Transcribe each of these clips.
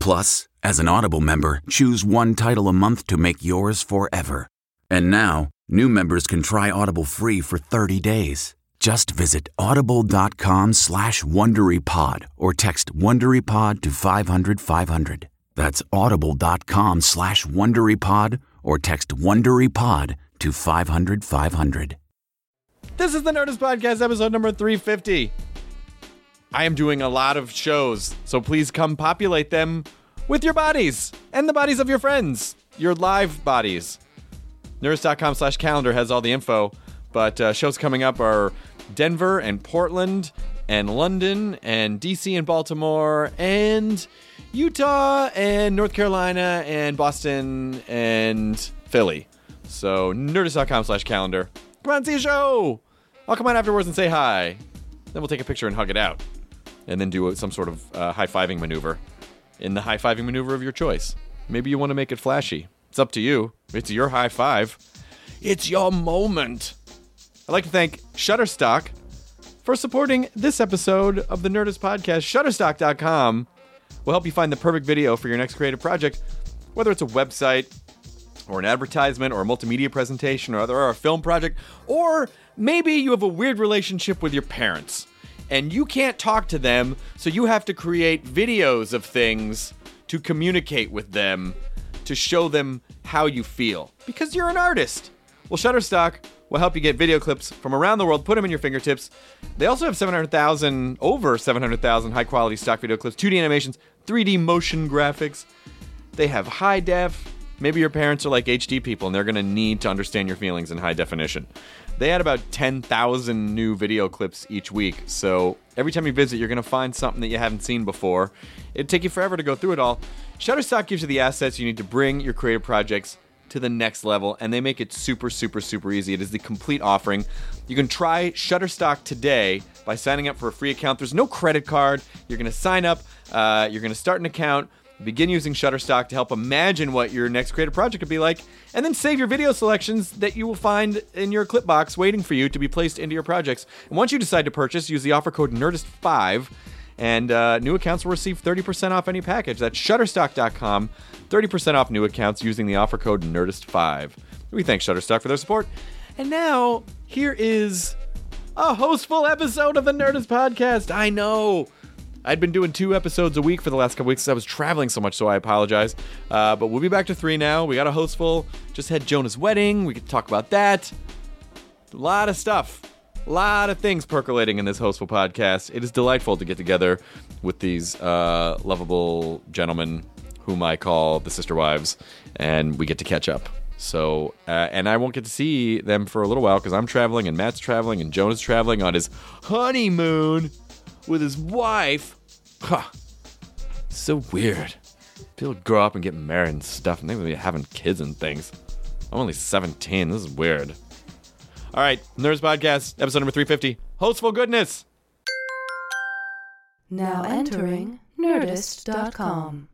Plus, as an Audible member, choose one title a month to make yours forever. And now, new members can try Audible free for 30 days. Just visit audible.com slash WonderyPod or text WonderyPod to 500 500. That's audible.com slash WonderyPod or text WonderyPod to 500 500. This is the Nerdist Podcast, episode number 350. I am doing a lot of shows, so please come populate them with your bodies and the bodies of your friends, your live bodies. Nerdist.com slash calendar has all the info, but uh, shows coming up are Denver and Portland and London and DC and Baltimore and Utah and North Carolina and Boston and Philly. So nerdist.com slash calendar. Come on, see a show. I'll come out afterwards and say hi. Then we'll take a picture and hug it out. And then do some sort of uh, high fiving maneuver. In the high fiving maneuver of your choice. Maybe you want to make it flashy. It's up to you. It's your high five. It's your moment. I'd like to thank Shutterstock for supporting this episode of the Nerdist Podcast. Shutterstock.com will help you find the perfect video for your next creative project, whether it's a website, or an advertisement or a multimedia presentation or other or a film project or maybe you have a weird relationship with your parents and you can't talk to them so you have to create videos of things to communicate with them to show them how you feel because you're an artist well shutterstock will help you get video clips from around the world put them in your fingertips they also have 700000 over 700000 high quality stock video clips 2d animations 3d motion graphics they have high def Maybe your parents are like HD people and they're going to need to understand your feelings in high definition. They add about 10,000 new video clips each week, so every time you visit, you're going to find something that you haven't seen before. It'd take you forever to go through it all. Shutterstock gives you the assets you need to bring your creative projects to the next level, and they make it super, super, super easy. It is the complete offering. You can try Shutterstock today by signing up for a free account. There's no credit card. You're going to sign up, uh, you're going to start an account. Begin using Shutterstock to help imagine what your next creative project could be like, and then save your video selections that you will find in your clip box waiting for you to be placed into your projects. And once you decide to purchase, use the offer code NERDIST5, and uh, new accounts will receive 30% off any package. That's shutterstock.com, 30% off new accounts using the offer code NERDIST5. We thank Shutterstock for their support. And now, here is a hostful episode of the Nerdist Podcast. I know. I'd been doing two episodes a week for the last couple weeks. 'cause I was traveling so much, so I apologize. Uh, but we'll be back to three now. We got a host full. Just had Jonah's wedding. We could talk about that. A lot of stuff. A lot of things percolating in this hostful podcast. It is delightful to get together with these uh, lovable gentlemen whom I call the sister wives, and we get to catch up. So, uh, and I won't get to see them for a little while because I'm traveling, and Matt's traveling, and Jonah's traveling on his honeymoon with his wife. Huh. So weird. People grow up and get married and stuff, and they be having kids and things. I'm only 17. This is weird. All right, Nerds Podcast, episode number 350. Hostful goodness. Now entering nerdist.com.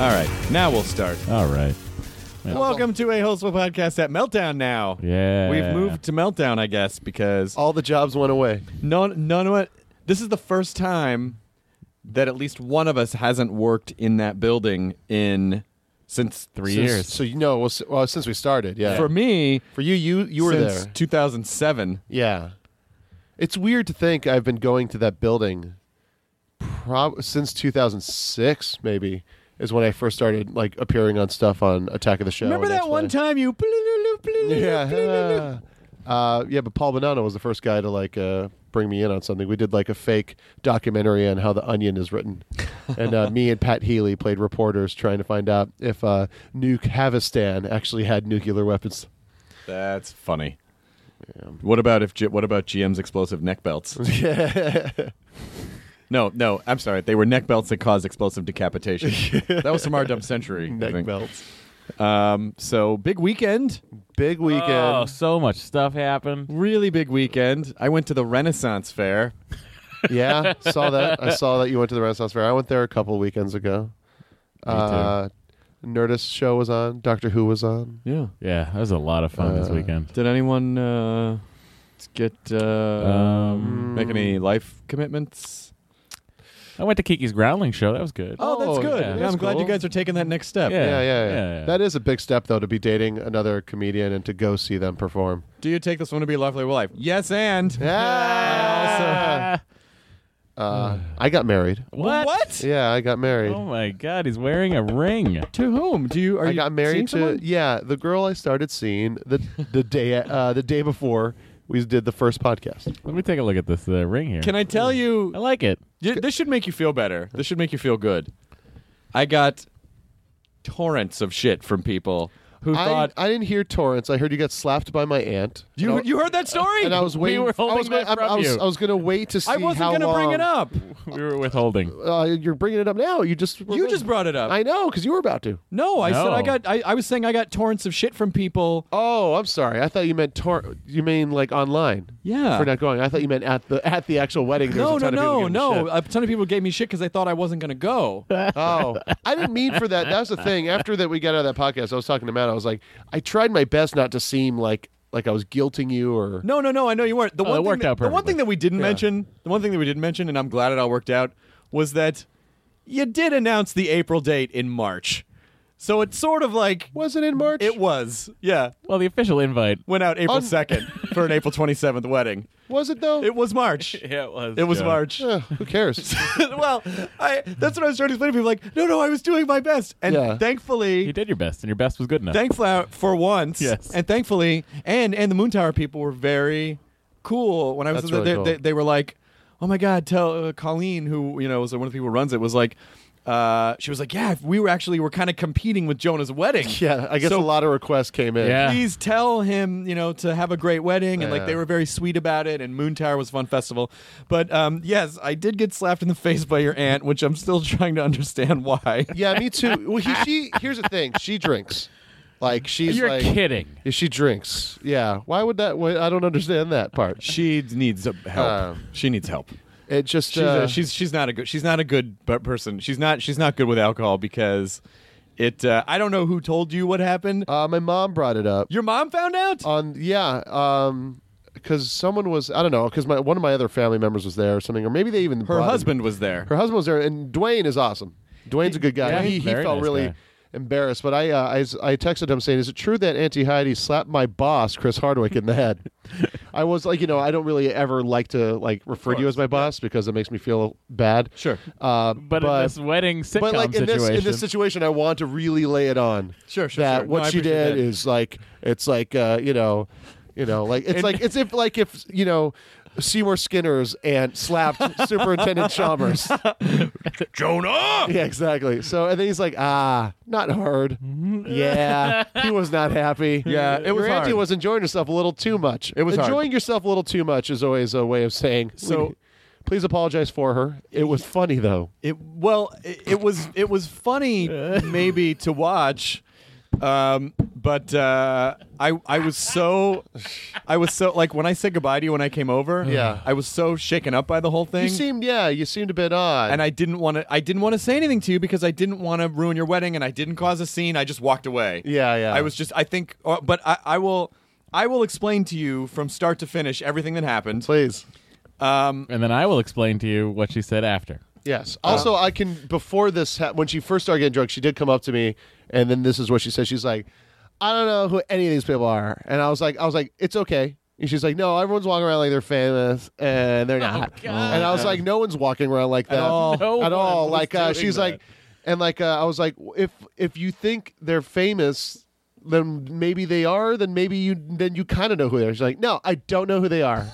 All right, now we'll start. All right. Welcome to a Hostful Podcast at Meltdown now. Yeah. We've moved to Meltdown, I guess, because All the jobs went away. none, none, of it- This is the first time that at least one of us hasn't worked in that building in since Three since- So you know, well, s- well, since we started, yeah. For me, for you, you you were since there. 2007. Yeah. It's weird to think I've been going to that building prob- since 2006 maybe is when I first started like appearing on stuff on Attack of the Show. Oh, Remember and that X-Men. one time you? Yeah. Uh, yeah, but Paul Bonanno was the first guy to like uh, bring me in on something. We did like a fake documentary on how The Onion is written, and uh, me and Pat Healy played reporters trying to find out if uh, New Kavistan actually had nuclear weapons. That's funny. What about if? G- What about GM's explosive neck belts? no, no. I'm sorry. They were neck belts that caused explosive decapitation. that was from our dumb century. I Neck think. belts. Um, so big weekend, Big weekend. Oh, so much stuff happened. really big weekend. I went to the Renaissance Fair. yeah, saw that. I saw that you went to the Renaissance Fair. I went there a couple weekends ago. Uh, Nerdist show was on. Doctor Who was on. Yeah. Yeah, that was a lot of fun this Uh, weekend. Did anyone uh, get uh, Um, make any life commitments? I went to Kiki's Growling show. That was good. Oh, that's Oh, good. yeah. Yeah, That's I'm glad you cool. guys are taking that next step. Yeah. Yeah, yeah, yeah, yeah, yeah. That is a big step though to be dating another comedian and to go see them perform. Do you take this one to be a lovely wife? Yes, and Yeah. Uh, I got married. what? what? Yeah, I got married. Oh my God, he's wearing a ring. To whom? Do you? Are I you got married to seeing someone? yeah, the girl I started seeing the the day uh, the day before we did the first podcast. Let me take a look at this uh, ring here. Can I tell you? I like it. y- This should make you feel better. This should make you feel good. I got torrents of shit from people who I, thought I didn't hear Torrance. I heard you got slapped by my aunt. you. And I- you heard that story? and I was waiting. were I was, holding that I, I from was, you. I was going to wait to see I wasn't how gonna bring it long- up. We were withholding. Uh, you're bringing it up now. You just were You gonna- just brought it up. I know because you were about to. no, I said No. I got. I, I was saying I got torrents of shit from people. Oh, I'm sorry. I thought you meant tor- You mean like online? Yeah. For not going. I thought you meant at the at the actual wedding. There was no, a no, ton of people no, giving no. shit. A ton of people gave me shit because they thought I wasn't going to go. Oh, I didn't mean for that. That's the thing. After that, we got out of that podcast. I was talking to Matt. I was like, I tried my best not to seem like like I was guilting you or. No, no, no. I know you weren't. The Oh, one it thing worked that, out The one perfectly. thing that we didn't mention, the one thing that we didn't mention, and I'm glad it all worked out, was that you did announce the April date in March. So it's sort of like Was it in March? it was. Yeah, Well, the official invite. went out April Um. Un- second for an April 27th wedding. was it though. It was March. Yeah, it was. uh, It was Joe. March. Eh, who cares? well, I that's what I was trying to explain to people. Like, no, no, I was doing my best, and Yeah. thankfully, You did your best, and your best was good enough. thankfully for once Yes. and thankfully and and the moon tower people were very cool when i was That's there really they, cool. they, they were like oh my god tell uh, colleen who you know was one of the people who runs it was like uh, she was like yeah we were actually were kind of competing with jonah's wedding yeah, I guess So- a lot of requests came in. Yeah. please tell him you know to have a great wedding and like Yeah. they were very sweet about it and moon tower was a fun festival but um, yes i did get slapped in the face by your aunt which i'm still trying to understand why Yeah, me too. Well, he, she here's the thing. She drinks. Like she's You're like kidding. Yeah, she drinks. Yeah. Why would that? Why, I don't understand that part. she needs help Um, she needs help It just She's, uh, a, she's she's not a good she's not a good bu- person. She's not she's not good with alcohol because it. Uh, I don't know who told you what happened. uh, my mom brought it up Your mom found out. on yeah um because someone was I don't know because my one of my other family members was there or something or maybe they even her brought him- husband was there. her husband was there and Dwayne is awesome. Dwayne's a good guy. Yeah, he he very felt nice really guy. embarrassed, but I, uh, I s- I texted him saying, "Is it true that Auntie Heidi slapped my boss Chris Hardwick in the head?" I was like, you know, I don't really ever like to like refer to you as my boss because it makes me feel bad. Sure. uh, But, in this wedding sitcom but like in situation, this in this situation, I want to really lay it on. Sure, sure, That sure. No, what I she appreciate did that. is like it's like uh, you know, you know, like it's like it's if like if you know Seymour Skinner's and slapped Superintendent Chalmers. Jonah. Yeah, exactly. So and then he's like, ah, not hard. yeah, he was not happy. Yeah, it was Your auntie hard. was enjoying herself a little too much. It was hard. enjoying yourself a little too much is always a way of saying. So- we- please apologize for her. It was funny though. It well it, it was it was funny maybe to watch. Um, but uh, I I was so I was so like when I said goodbye to you when I came over. Yeah. I was so shaken up by the whole thing. You seemed yeah, you seemed a bit odd. and I didn't want to. I didn't want to say anything to you because I didn't want to ruin your wedding, and I didn't cause a scene. I just walked away. Yeah, yeah. I was just. I think, uh, but I, I will. I will explain to you from start to finish everything that happened. please. Um, And then I will explain to you what she said after. Yes. Uh, Also, I can before this ha- when she first started getting drunk, she did come up to me, and then this is what she said. She's like, "I don't know who any of these people are," and I was like, "I was like, it's okay." And she's like, "No, everyone's walking around like they're famous, and Oh, they're not." and I was like, "No one's walking around like that all. No at one all." was Like uh, doing she's that. like, and like uh, I was like, if if you think they're famous. Then maybe they are. Then maybe you. Then you kind of know who they are. She's like, no, I don't know who they are.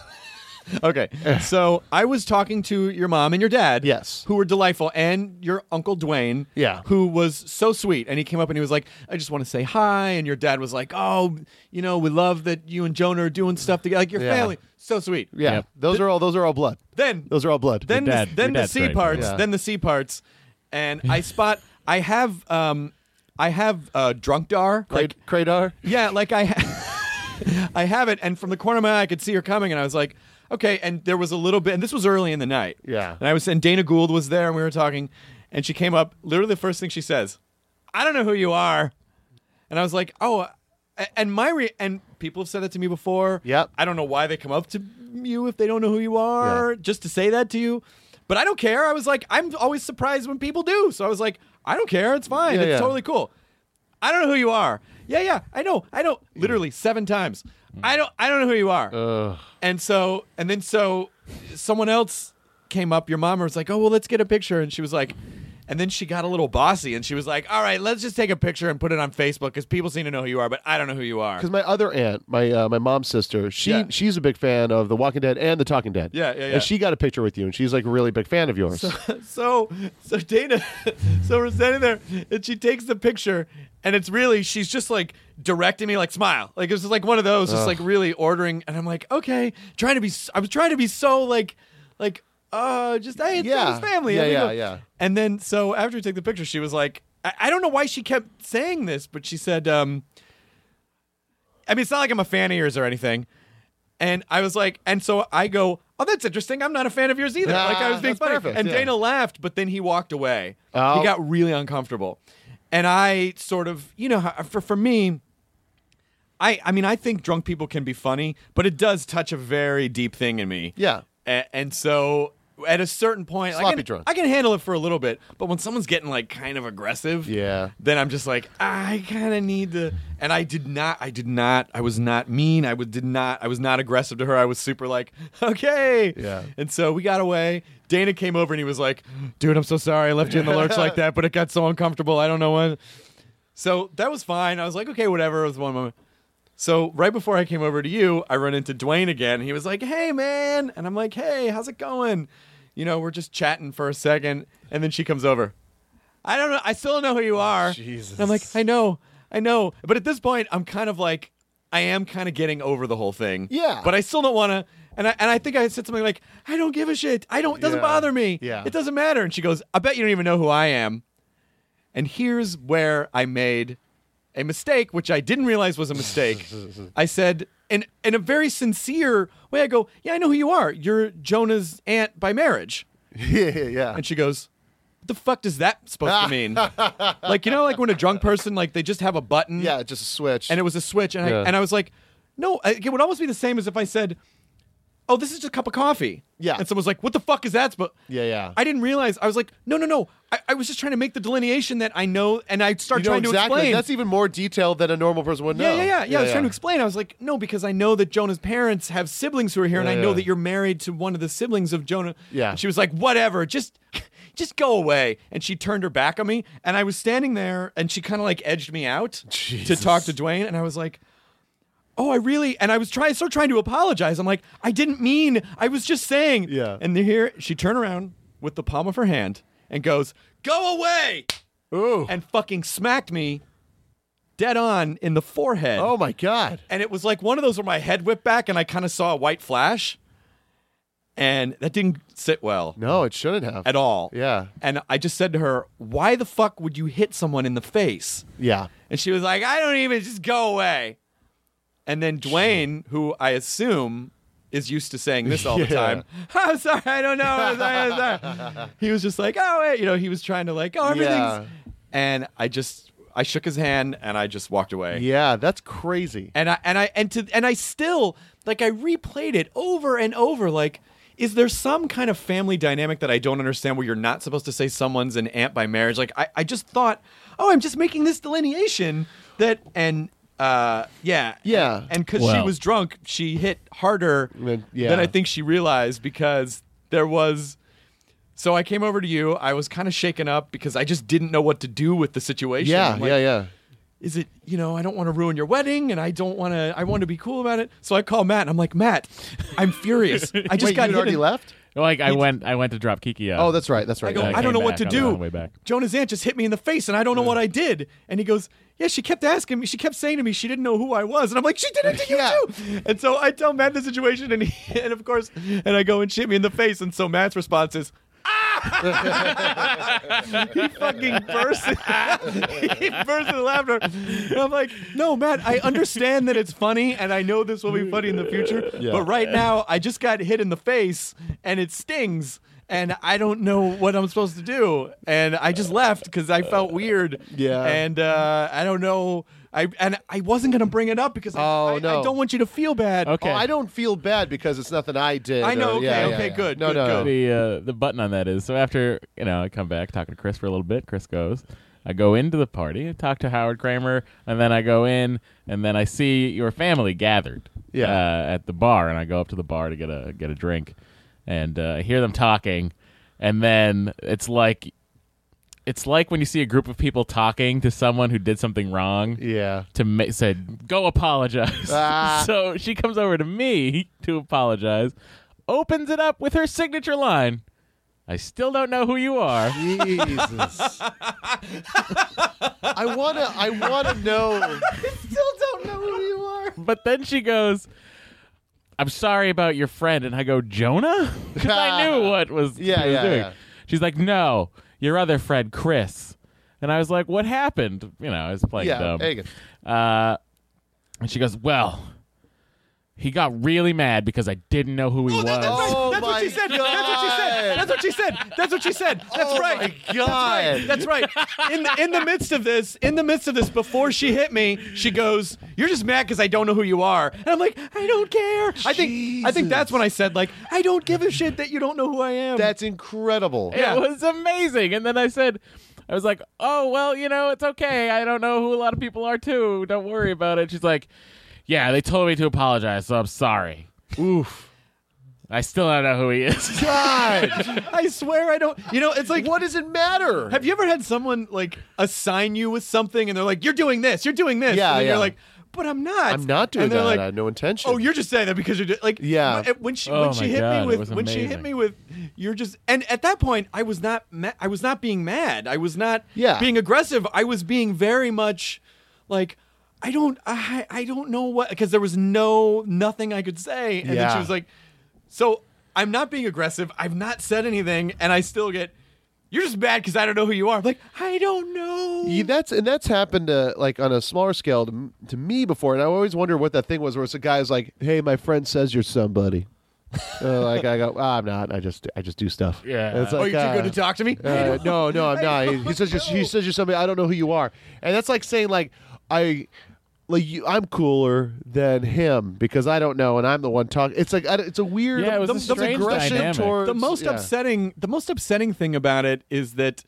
okay. So I was talking to your mom and your dad. Yes. Who were delightful. And your uncle Dwayne. Yeah. Who was so sweet. And he came up and he was like, I just want to say hi. And your dad was like, Oh, you know, we love that you and Jonah are doing stuff together. Like your Yeah. family. So sweet. Yeah, Yep. those are all. Those are all blood. Then Those are all blood. then Your dad- the, then your the dad's C great. parts, Yeah. then the C parts, and I spot I have um I have uh, drunk dar like Cradar. yeah like I ha- I have it and from the corner of my eye I could see her coming and I was like okay and there was a little bit and this was early in the night Yeah. and I was and Dana Gould was there and we were talking and she came up literally the first thing she says I don't know who you are and I was like oh a- and my re- and people have said that to me before Yep. I don't know why they come up to you if they don't know who you are just to say that to you. But I don't care. I was like, I'm always surprised when people do. So I was like, I don't care. It's fine. Yeah, it's yeah. totally cool. I don't know who you are. Yeah, yeah. I know. I know. Literally seven times. I don't. I don't know who you are. And so, and then so, someone else came up. Your mom was like, "Oh, well, let's get a picture." And she was like, and then she got a little bossy, and she was like, "All right, let's just take a picture and put it on Facebook because people seem to know who you are, but I don't know who you are." Because my other aunt, my uh, my mom's sister, she Yeah. she's a big fan of The Walking Dead and The Talking Dead. Yeah, yeah, yeah. And she got a picture with you, and she's like a really big fan of yours. So, so Dana, so we're standing there, and she takes the picture, and it's really she's just like directing me, like smile, like it was just like one of those, just like really ordering, and I'm like, okay, trying to be, s- I was trying to be so like, like, uh, just hey, it's Yeah. his family, Yeah, and we yeah, go- yeah. And then so after we took the picture, she was like, I, I don't know why she kept saying this, but she said, um, I mean, it's not like I'm a fan of yours or anything. And I was like, and so I go, oh, that's interesting. I'm not a fan of yours either. Ah, like I was being that's funny. perfect, and yeah. Dana laughed, but then he walked away. Oh. He got really uncomfortable. And I sort of, you know, how- for, for me, I, I mean, I think drunk people can be funny, but it does touch a very deep thing in me. Yeah. A- and so at a certain point, I Sloppy can, drunk. I can handle it for a little bit, but when someone's getting like kind of aggressive, Yeah. then I'm just like, I kind of need to. And I did not, I did not, I was not mean. I would, did not, I was not aggressive to her. I was super like, okay. Yeah. And so we got away. Dana came over and he was like, dude, I'm so sorry I left you in the lurch like that, but it got so uncomfortable. I don't know when. So that was fine. I was like, okay, whatever. It was one moment. So right before I came over to you, I run into Dwayne again. He was like, "Hey, man," and I'm like, "Hey, how's it going?" You know, we're just chatting for a second, and then she comes over. I don't know. I still don't know who you are. Jesus. I'm like, I know, I know. But at this point, I'm kind of like, I am kind of getting over the whole thing. Yeah. But I still don't want to. And I and I think I said something like, I don't give a shit. I don't. It doesn't Yeah. bother me. Yeah. It doesn't matter. And she goes, I bet you don't even know who I am. And here's where I made a mistake, which I didn't realize was a mistake. I said, in, in a very sincere way, I go, Yeah, I know who you are. You're Jonah's aunt by marriage. yeah, yeah, yeah. And she goes, What the fuck does that supposed to mean? like, you know, like when a drunk person, like they just have a button yeah, just a switch. and it was a switch. And, Yeah. I, and I was like, No, I- it would almost be the same as if I said, Oh, this is just a cup of coffee. Yeah. And someone's like, What the fuck is that? But yeah, yeah. I didn't realize. I was like, no, no, no. I, I was just trying to make the delineation that I know, and I start you know trying exactly. to explain. That's even more detailed than a normal person would yeah, know. yeah, yeah, yeah, I was trying to explain. I was like, no, because I know that Jonah's parents have siblings who are here, and Yeah, I know yeah. that you're married to one of the siblings of Jonah. Yeah. And she was like, whatever, just, just go away. And she turned her back on me, and I was standing there, and she kind of like edged me out to Jesus. talk to Dwayne, and I was like. Oh, I really and I was trying start trying to apologize. I'm like, I didn't mean. I was just saying. Yeah. And here she turned around with the palm of her hand and goes, "Go away!" Ooh. and fucking smacked me dead on in the forehead. oh my god. And it was like one of those where my head whipped back and I kind of saw a white flash. And that didn't sit well No, it shouldn't have at all. Yeah. And I just said to her, Why the fuck would you hit someone in the face? Yeah. And she was like, I don't even, just go away. And then Dwayne, who I assume is used to saying this all Yeah. the time, I'm sorry, I don't know. I'm sorry, I'm sorry." He was just like, oh, wait. You know, he was trying to, like, oh, everything's. Yeah. And I just, I shook his hand and I just walked away. Yeah, that's crazy. And I, and I, and to, and I still, like, I replayed it over and over. Like, is there some kind of family dynamic that I don't understand where you're not supposed to say someone's an aunt by marriage? Like, I, I just thought, oh, I'm just making this delineation that, and, uh, yeah. Yeah. And because she Well. was drunk, she hit harder Then- than yeah. I think she realized because there was. So I came over to you. I was kind of shaken up because I just didn't know what to do with the situation. Yeah, I'm like, yeah, yeah. is it you know i don't want to ruin your wedding and i don't want to i want to be cool about it so i call matt and i'm like matt i'm furious i just Wait, got you hit already in- left. Like I went, I went to drop Kiki off. Oh, that's right. That's right. i go Yeah, I i, don't came know what back to on do the way back. jonah's aunt just hit me in the face and i don't know what i did and he goes yeah she kept asking me she kept saying to me she didn't know who i was and i'm like she did it to you Yeah. too and so i tell matt the situation and he and of course and i go and she hit me in the face and so matt's response is fucking burst. he burst in laughter. And I'm like, no, Matt, I understand that it's funny, and I know this will be funny in the future. Yeah. But right now, I just got hit in the face, and it stings. And I don't know what I'm supposed to do. And I just left because I felt weird. Yeah. And uh, I don't know. I and I wasn't gonna bring it up because I, Oh, I, I no. don't want you to feel bad. Okay. Oh, I don't feel bad because it's nothing I did. I know, or- okay, yeah, yeah, okay, yeah. good, No, good, no. good. the uh, the button on that is so after you know I come back talking to Chris for a little bit. Chris goes. I go into the party, I talk to Howard Kramer, and then I go in, and then I see your family gathered Yeah. uh, at the bar, and I go up to the bar to get a get a drink, and uh, I hear them talking, and then it's like it's like when you see a group of people talking to someone who did something wrong, Yeah. to ma- said go apologize. Ah. so she comes over to me to apologize, opens it up with her signature line. I still don't know who you are. Jesus. I wanna. I wanna know. Still don't know who you are. But then she goes, "I'm sorry about your friend," and I go, "Jonah," because I knew what was Yeah, she was yeah, doing. yeah. She's like, "No, your other friend, Chris," and I was like, "What happened?" You know, I was playing Yeah, dumb. Egan. Uh, and she goes, "Well." He got really mad because I didn't know who he was. That's right. Oh That's what she my said. That's what she said. God. That's what she said. That's what she said. That's Oh right. my God. That's right. That's right. In the, in the midst of this, in the midst of this, before she hit me, she goes, "You're just mad because I don't know who you are." And I'm like, "I don't care." I think I think that's when I said like, "I don't give a shit that you don't know who I am." That's incredible. Yeah. It was amazing. And then I said, I was like, oh, well, you know, it's okay. I don't know who a lot of people are, too. Don't worry about it. She's like, yeah, they told me to apologize, so I'm sorry. Oof. I still don't know who he is. God. I swear I don't. You know, it's like what does it matter? Have you ever had someone like assign you with something and they're like, "You're doing this. You're doing this." Yeah, and then yeah. you're like, "But I'm not. I'm not doing and they're that. Like, I had no intention. Oh, you're just saying that because you're just, like Yeah. wh- When she Oh when she my hit God, it me with was when she hit amazing. me with you're just and at that point I was not ma- I was not being mad. I was not Yeah. being aggressive. I was being very much like I don't I I don't know what because there was no nothing I could say. And then Yeah. she was like, so I'm not being aggressive. I've not said anything, and I still get. You're just bad because I don't know who you are. I'm like I don't know. Yeah, that's and that's happened to like on a smaller scale to, m- to me before, and I always wonder what that thing was. Where it's a guy who's like, "Hey, my friend says you're somebody." Uh, like I go, "Ah, I'm not. I just I just do stuff. Yeah. And it's oh, like, you're too uh, good to talk to me. I uh, don't- no, no, I'm I not. He, don't he says you're, he know. says you're somebody. I don't know who you are, and that's like saying like I. Like you, I'm cooler than him because I don't know, and I'm the one talking. It's like I, it's a weird, Yeah, it was a the, strange aggression dynamic. towards the most yeah. upsetting the most upsetting thing about it is that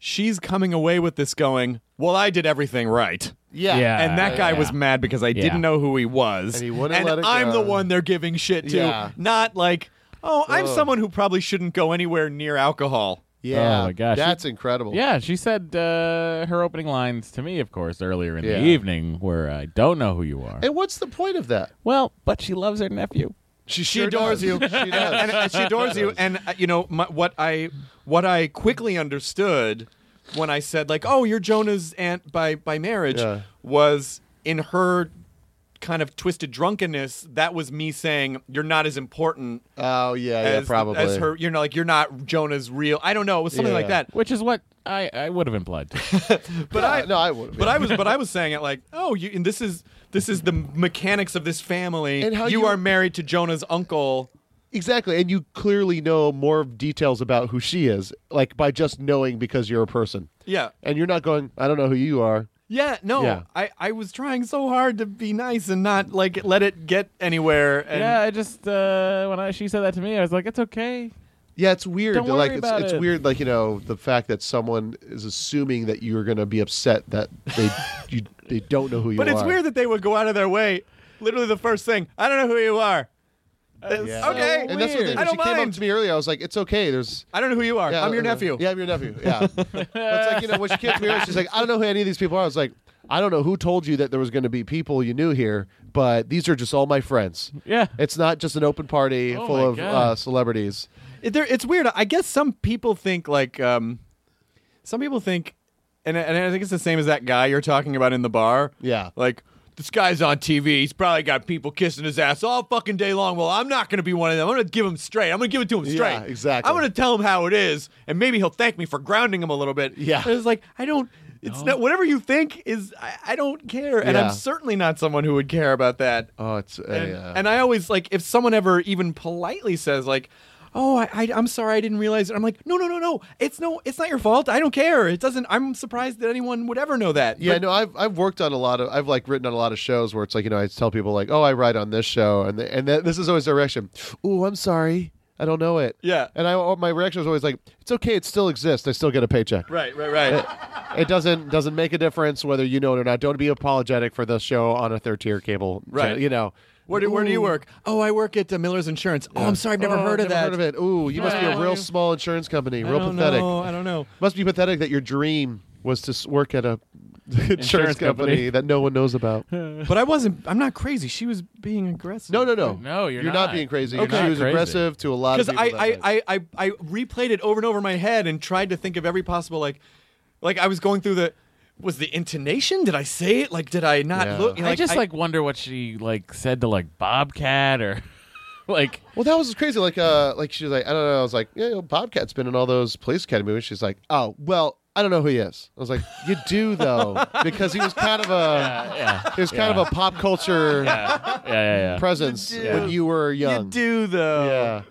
she's coming away with this going well i did everything right Yeah, Yeah. and that guy yeah. was mad because i Yeah. didn't know who he was And he wouldn't let it i'm go. the one they're giving shit to Yeah. not like oh i'm Ugh. someone who probably shouldn't go anywhere near alcohol yeah. Oh my gosh. that's incredible. yeah, she said uh, her opening lines to me, of course, earlier in Yeah. the evening, where I don't know who you are. And what's the point of that? well, but she loves her nephew. She, sure does. you. She does. and, and she adores you. And uh, you know my, what I what I quickly understood when I said like, "Oh, you're Jonah's aunt by by marriage," Yeah. was in her kind of twisted drunkenness. That was me saying, "You're not as important." oh yeah, yeah, As, probably. as her, you know, like you're not Jonah's real. I don't know. It was something like Yeah. that. Which is what I, I would have implied. too. But I, no, I would. but I was, but I was saying it like, oh, you, and this is this is the mechanics of this family. And how you, you- are married to Jonah's uncle. exactly, and you clearly know more details about who she is, like by just knowing because you're a person, Yeah, and you're not going. I don't know who you are. Yeah, no, Yeah. I, I was trying so hard to be nice and not like let it get anywhere. And yeah, I just uh, when I, she said that to me, I was like, it's okay. Yeah, it's weird. Don't like worry it's, about it's it. weird, like you know, the fact that someone is assuming that you're going to be upset that they you they don't know who you but are. it's weird that they would go out of their way. Literally, the first thing, I don't know who you are. Yeah. Okay, And that's what they, I when she don't came up mind. to me earlier. I was like, "It's okay." There's I don't know who you are. Yeah, I'm your uh, nephew. Yeah, I'm your nephew. Yeah. but it's like, you know, when she came to me, earlier, she's like, I don't know who any of these people are. I was like, I don't know who told you that there was going to be people you knew here, but these are just all my friends. Yeah. It's not just an open party Oh full my of God. uh, celebrities. It- there- it's weird. I guess some people think like um, some people think, and and I think it's the same as that guy you're talking about in the bar. Yeah. like this guy's on TV. He's probably got people kissing his ass all fucking day long. Well, I'm not gonna be one of them. I'm gonna give him straight. I'm gonna give it to him Yeah, straight. exactly. I'm gonna tell him how it is, and maybe he'll thank me for grounding him a little bit. Yeah. But it's like I don't. It's not whatever you think is. I, I don't care, and Yeah. I'm certainly not someone who would care about that Oh, it's uh, and, yeah. and I always like if someone ever even politely says like, "Oh, I, I I'm sorry, I didn't realize it." I'm like, "No, no, no, no. It's no, it's not your fault. I don't care. It doesn't. I'm surprised that anyone would ever know that." Yeah, But- no, I've I've worked on a lot of I've like written on a lot of shows where it's like you know I tell people like oh I write on this show and the, and that, this is always their reaction. Ooh, I'm sorry, I don't know it. Yeah. and I oh, my reaction was always like it's okay, it still exists. I still get a paycheck. Right, right, right. It doesn't doesn't make a difference whether you know it or not. Don't be apologetic for the show on a third tier cable. Right. you know. Where do, where do you work? Oh, I work at uh, Miller's Insurance. Oh, I'm sorry, I've never Oh, heard of never that. Heard of it? Ooh, you must be a Yeah. real small insurance company. I Real don't pathetic. know. I don't know. Must be pathetic that your dream was to s- work at a insurance, Insurance company. company that no one knows about. But I wasn't. I'm not crazy. She was being aggressive. No, no, no. No, you're not. not. being crazy. Okay. She was Not crazy. aggressive to a lot of because people. I, that I, night. I, I, I replayed it over and over in my head and tried to think of every possible like like I was going through the was the intonation did I say it like did I not Yeah. look I just like wonder what she like said to like Bobcat or like well, that was crazy. Like, uh, like she was like, I don't know. I was like, yeah, you know, Bobcat's been in all those police academy movies. She's like, oh, well, I don't know who he is. I was like, you do though, because he was kind of a yeah. he was kind of a pop culture yeah, yeah, yeah. presence You do. when you Uh. were young. you do though Yeah.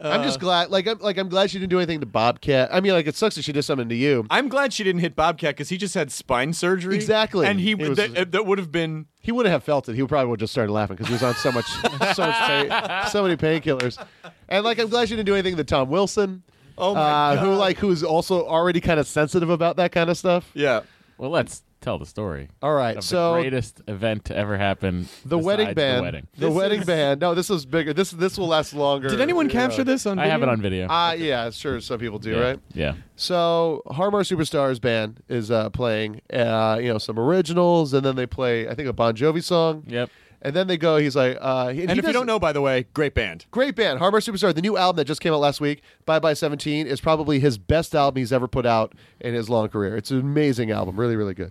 I'm just glad, like, I'm like, I'm glad she didn't do anything to Bobcat. I mean, like, it sucks that she did something to you. I'm glad she didn't hit Bobcat because he just had spine surgery Exactly. and he It was- that, that would have been He wouldn't have felt it. He probably would have just started laughing because he was on so much, so much, pain, so many painkillers. And like, I'm glad she didn't do anything to Tom Wilson. Oh, my uh, Who God. like who's also already kind of sensitive about that kind of stuff. yeah Well, let's tell the story. All right, Of so the greatest event to ever happen. the wedding besides band, The wedding. the wedding band. No, this is bigger. This this will last longer. did anyone Yeah. capture this on I have it video? on video. Uh, yeah, sure. Some people do, yeah. right? Yeah. So Harmar Superstars band is uh, playing, uh, you know, some originals, and then they play, I think, a Bon Jovi song. Yep. And then they go. He's like, uh, and he- he if you doesn't- don't know by the way great band Great band, Harbor Superstar. The new album that just came out last week, Bye Bye Seventeen, is probably his best album he's ever put out in his long career. It's an amazing album, really, really good.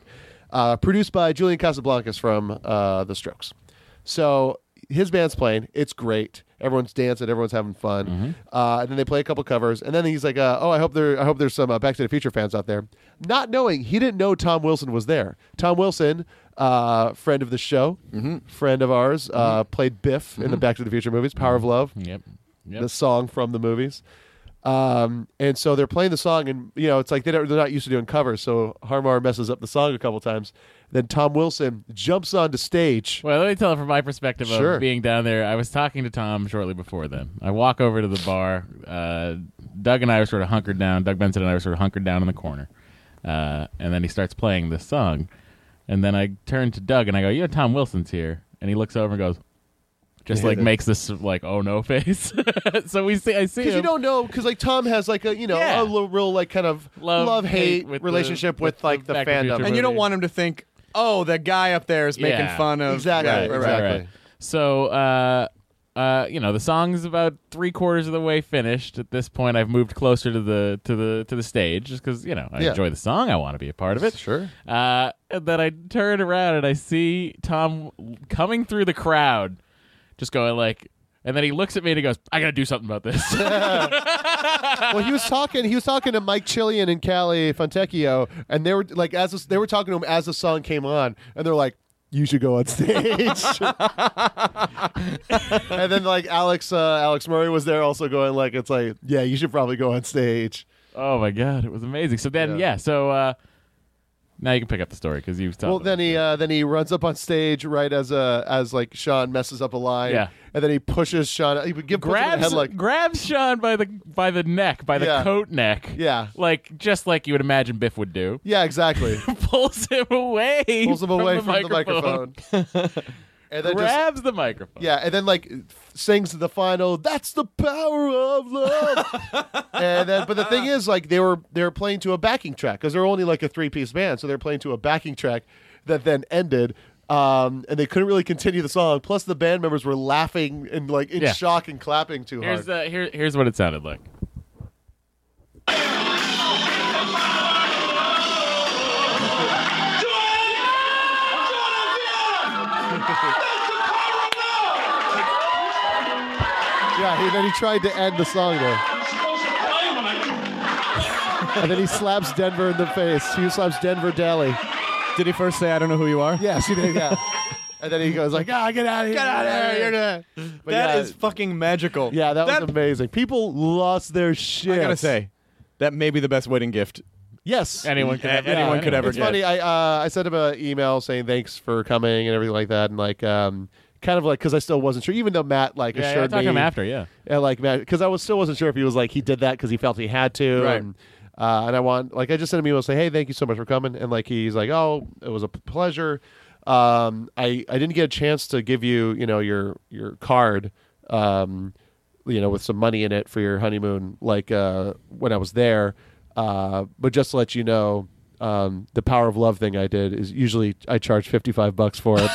Uh, produced by Julian Casablancas from uh, The Strokes. So his band's playing. It's great. Everyone's dancing. Everyone's having fun. Uh, and then they play a couple covers. And then he's like, uh, "Oh, I hope there. I hope there's some uh, Back to the Future fans out there." Not knowing he didn't know Tom Wilson was there. Tom Wilson, uh, friend of the show, friend of ours, uh, played Biff in the Back to the Future movies, Power of Love Yep. Yep. the song from the movies. Um, and so they're playing the song, and you know it's like they don't, they're not used to doing covers. So Harmar messes up the song a couple times. Then Tom Wilson jumps onto stage. Well, let me tell it from my perspective of Sure. being down there. I was talking to Tom shortly before then. I walk over to the bar. Uh, Doug and I were sort of hunkered down. Doug Benson and I were sort of hunkered down in the corner. Uh, and then he starts playing this song. And then I turn to Doug and I go, You know, Tom Wilson's here. And he looks over and goes, just like makes this like oh no face. so we see I see him. Because you don't know, because like Tom has like a you know Yeah. a little, real like kind of Love, love hate hate with the- relationship with, with like the the, Back to the fandom. Future and you don't want him to think oh the guy up there is making Yeah. fun of Exactly, Right, right, right. exactly. So, uh, uh, you know, the song's about three quarters of the way finished. At this point, I've moved closer to the to the to the stage just because you know I Yeah. enjoy the song. I want to be a part of it. Sure. Uh, and then I turn around and I see Tom coming through the crowd, just going like. And then he looks at me and he goes, "I gotta do something about this." well, he was talking. He was talking to Mike Chillian and Callie Fontecchio, and they were like as this- they were talking to him as the song came on, and they're like, "You should go on stage." and then like Alex uh, Alex Murray was there also going like, "It's like yeah, you should probably go on stage." oh my god, it was amazing. So then, Yeah. yeah. so uh, Now you can pick up the story because you stopped. Well, then he uh, then he runs up on stage right as uh, as like Sean messes up a line, Yeah. and then he pushes Sean. He would give puts him in the grabs head like grabs Sean by the by the neck, by the Yeah. coat neck. Yeah. Like just like you would imagine Biff would do. yeah, exactly. Pulls him away. Pulls him away from the microphone, and then just grabs the microphone. Yeah, and then like sings the final. That's the power of love. and then, but the thing is, like they were they were playing to a backing track because they're only like a three piece band, so they're playing to a backing track that then ended. Um, and they couldn't really continue the song. Plus, the band members were laughing and like in Yeah. shock and clapping too Here's hard. uh, here, here's what it sounded like. yeah, and then he tried to end the song there, and then he slaps Denver in the face. He slaps Denver Daly. Did he first say, I don't know who you are? Yes, he did. Yeah. And then he goes like, "Ah, get out of here! Get outta here, you're That is. That is fucking magical. Yeah, that, that was amazing. People lost their shit. I gotta say, that may be the best wedding gift yes. Anyone could a- ever, anyone could ever it's get. funny. I uh, I sent him an email saying thanks for coming and everything like that, and like um, kind of like because I still wasn't sure, even though Matt like Yeah, yeah, I assured talked to him me after. Yeah. and like Matt because I was still wasn't sure if he was like he did that because he felt he had to, Right. And, uh, and I want like I just sent him an email say hey thank you so much for coming and like he's like oh it was a p- pleasure. Um, I I didn't get a chance to give you you know your your card. Um, you know, with some money in it for your honeymoon, like uh, when I was there. Uh, but just to let you know, um, the power of love thing I did is usually I charge fifty five bucks for it.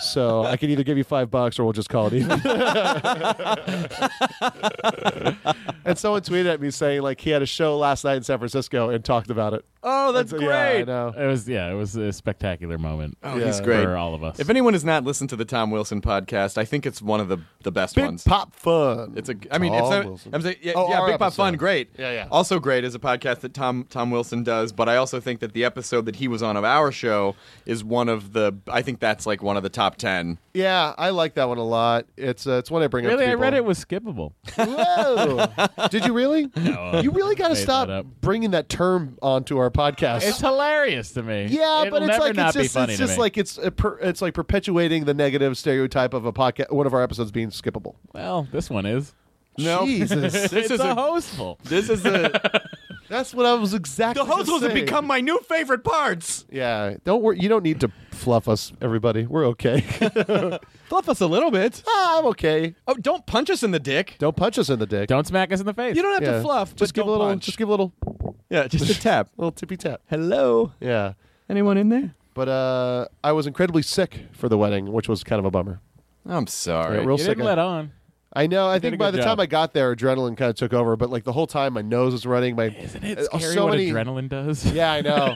so I can either give you five bucks or we'll just call it even. and someone tweeted at me saying like he had a show last night in San Francisco and talked about it. oh, that's So, great. Yeah, I know. It was yeah. It was a spectacular moment. Oh, he's Yeah. great. for all of us. If anyone has not listened to the Tom Wilson podcast, I think it's one of the the best Big ones. pop fun. It's a. I mean, it's Tom not, Wilson. I'm saying, yeah, Oh, yeah our Big Pop episode. Fun, great. Yeah, yeah. Also great is a podcast that Tom Tom Wilson does, but I also think that the episode that he was on of our show is one of the. I think that's like one of the top ten. Yeah, I like that one a lot. It's uh, it's one I bring up. Really, to I read people. it was skippable. Whoa! Did you really? you really got to made stop that up. bringing that term onto our podcast. It's hilarious to me. yeah, It'll but it's never like not it's be just, funny it's to just me. like it's a per, it's like perpetuating the negative stereotype of a podcast. One of our episodes being skippable. well, this one is. No. Jesus, This it's is a, a- hostful. This is the that's what I was exactly. the hostels have saying. become my new favorite parts. Yeah, don't worry. You don't need to fluff us, everybody. We're okay. Fluff us a little bit. Ah, I'm okay. Oh, don't punch us in the dick. Don't punch us in the dick. Don't smack us in the face. You don't have Yeah. to fluff. Just but give don't a little. punch. Just give a little. yeah, just a tap. Little tippy tap. Hello, Yeah, anyone in there? but uh, I was incredibly sick for the wedding, which was kind of a bummer. I'm sorry. Yeah, real You sick. didn't let on. I know. I did think a by good the job. time I got there, adrenaline kind of took over. But like the whole time, my nose was running. My Isn't it uh, scary so what many, adrenaline does? Yeah, I know.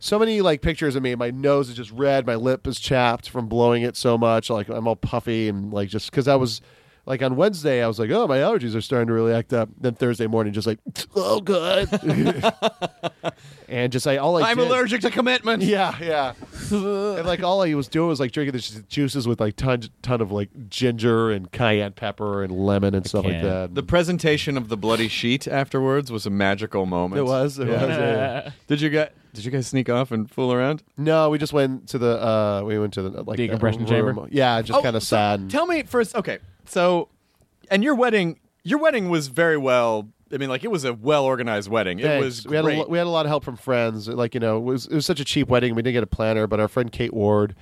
so many like pictures of me. My nose is just red. My lip is chapped from blowing it so much. Like I'm all puffy and like just because I was like on Wednesday, I was like, oh, my allergies are starting to really act up. Then Thursday morning, just like, oh god, and just I all I I'm did- allergic to commitment. Yeah, yeah. and like all I was doing was like drinking the ju- juices with like ton ton of like ginger and cayenne pepper and lemon and stuff like can't. that. The presentation of the bloody sheet afterwards was a magical moment. it was. It was yeah. Did you guys? Did you guys sneak off and fool around? No, we just went to the uh we went to the like the Decompression room. chamber? Yeah, just Oh, kind of so sad. and- Tell me first. Okay, so, and your wedding, your wedding was very well. I mean, like it was a well organized wedding. It Thanks. was we had a, great. lo- we had a lot of help from friends. Like you know, it was it was such a cheap wedding. We didn't get a planner, but our friend Kate Ward,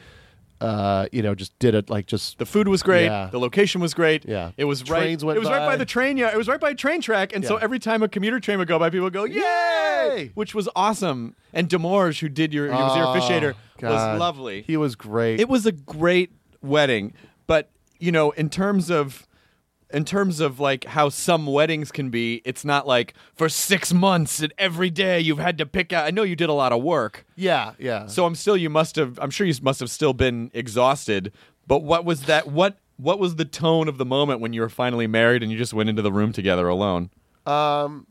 uh, you know, just did it like just the food was great. Yeah. The location was great. Yeah. it was Trains right. went it was right by. by the train. Yeah, it was right by a train track. And so Yeah. every time a commuter train would go by, people would go, "Yay!" Yay! which was awesome. And Demorge, who did your, who was your Oh, officiator, God. was lovely. He was great. it was a great wedding but you know in terms of in terms of like how some weddings can be it's not like for six months and every day you've had to pick out i know you did a lot of work yeah, yeah. so i'm still you must have i'm sure you must have still been exhausted but what was that what what was the tone of the moment when you were finally married and you just went into the room together alone um,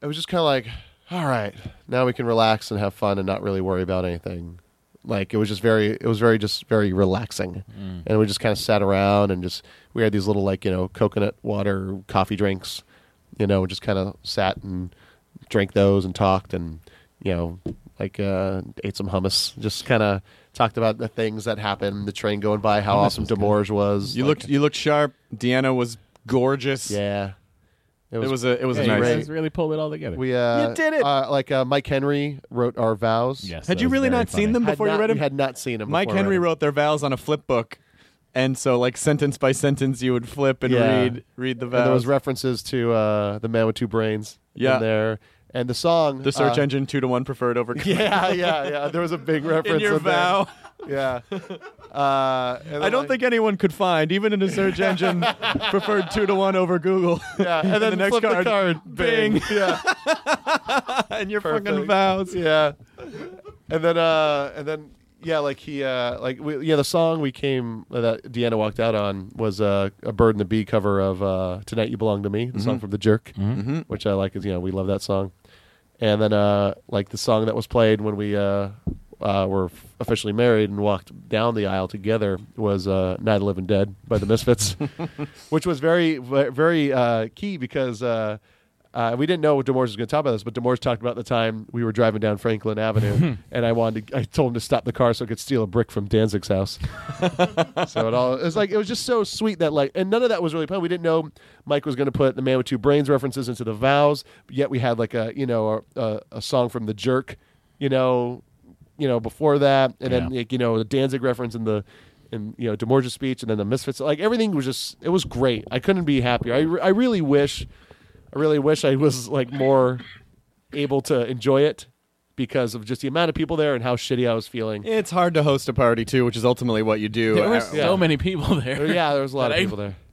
it was just kind of like, all right, now we can relax and have fun and not really worry about anything. Like it was just very, it was very just very relaxing, Mm. and we just kind of sat around and just we had these little like you know coconut water coffee drinks, you know, and just kind of sat and drank those and talked and you know like uh, ate some hummus. Just kind of talked about the things that happened, the train going by, how awesome Demorge was. You like- looked you looked sharp. Deanna was gorgeous. yeah. It was a it was Yeah, a you nice. great. guys really pulled it all together. We uh, You did it! Uh, like uh, Mike Henry wrote our vows. yes. Had that you was really very not seen funny. them Had before not- you read them? had not seen him. Mike before I Henry read him. wrote their vows on a flip book, and so like sentence by sentence, you would flip and Yeah. read read the And vows. there was references to uh, the man with two brains. Yeah. in there and the song. the search uh, engine two to one preferred over Yeah, yeah, yeah. There was a big reference in your there. vow. Yeah. Uh, and then, I don't like- think anyone could find, even in a search engine, preferred two to one over Google. Yeah, and then the next flip card, the card. Bing. Yeah, and your fucking Perfect. vows. yeah. And then, uh, and then, yeah, like he, uh, like we, yeah, the song we came uh, that Deanna walked out on was uh, a Bird and the Bee cover of uh, "Tonight You Belong to Me," the song from The Jerk, which I like. Is you know we love that song. And then, uh, like the song that was played when we uh, uh, were officially married and walked down the aisle together was uh, "Night of the Living Dead" by the Misfits. which was very ve- very uh, key because uh, uh, we didn't know what Demores was going to talk about this, but Demores talked about the time we were driving down Franklin Avenue, and I wanted to, I told him to stop the car so I could steal a brick from Danzig's house. so it all it was like it was just so sweet that like, and none of that was really planned. We didn't know Mike was going to put the Man with Two Brains references into the vows, yet we had like a you know a, a, a song from The Jerk, you know, you know before that, and then Yeah. like you know the Danzig reference in the and you know Demorge's speech, and then the Misfits. Like everything was just it was great. I couldn't be happier. I, re- I really wish, I really wish I was like more able to enjoy it because of just the amount of people there and how shitty I was feeling. It's hard to host a party too, which is ultimately what you do. There I- were so many people Oh, there. Yeah, there was a But lot of I- people there.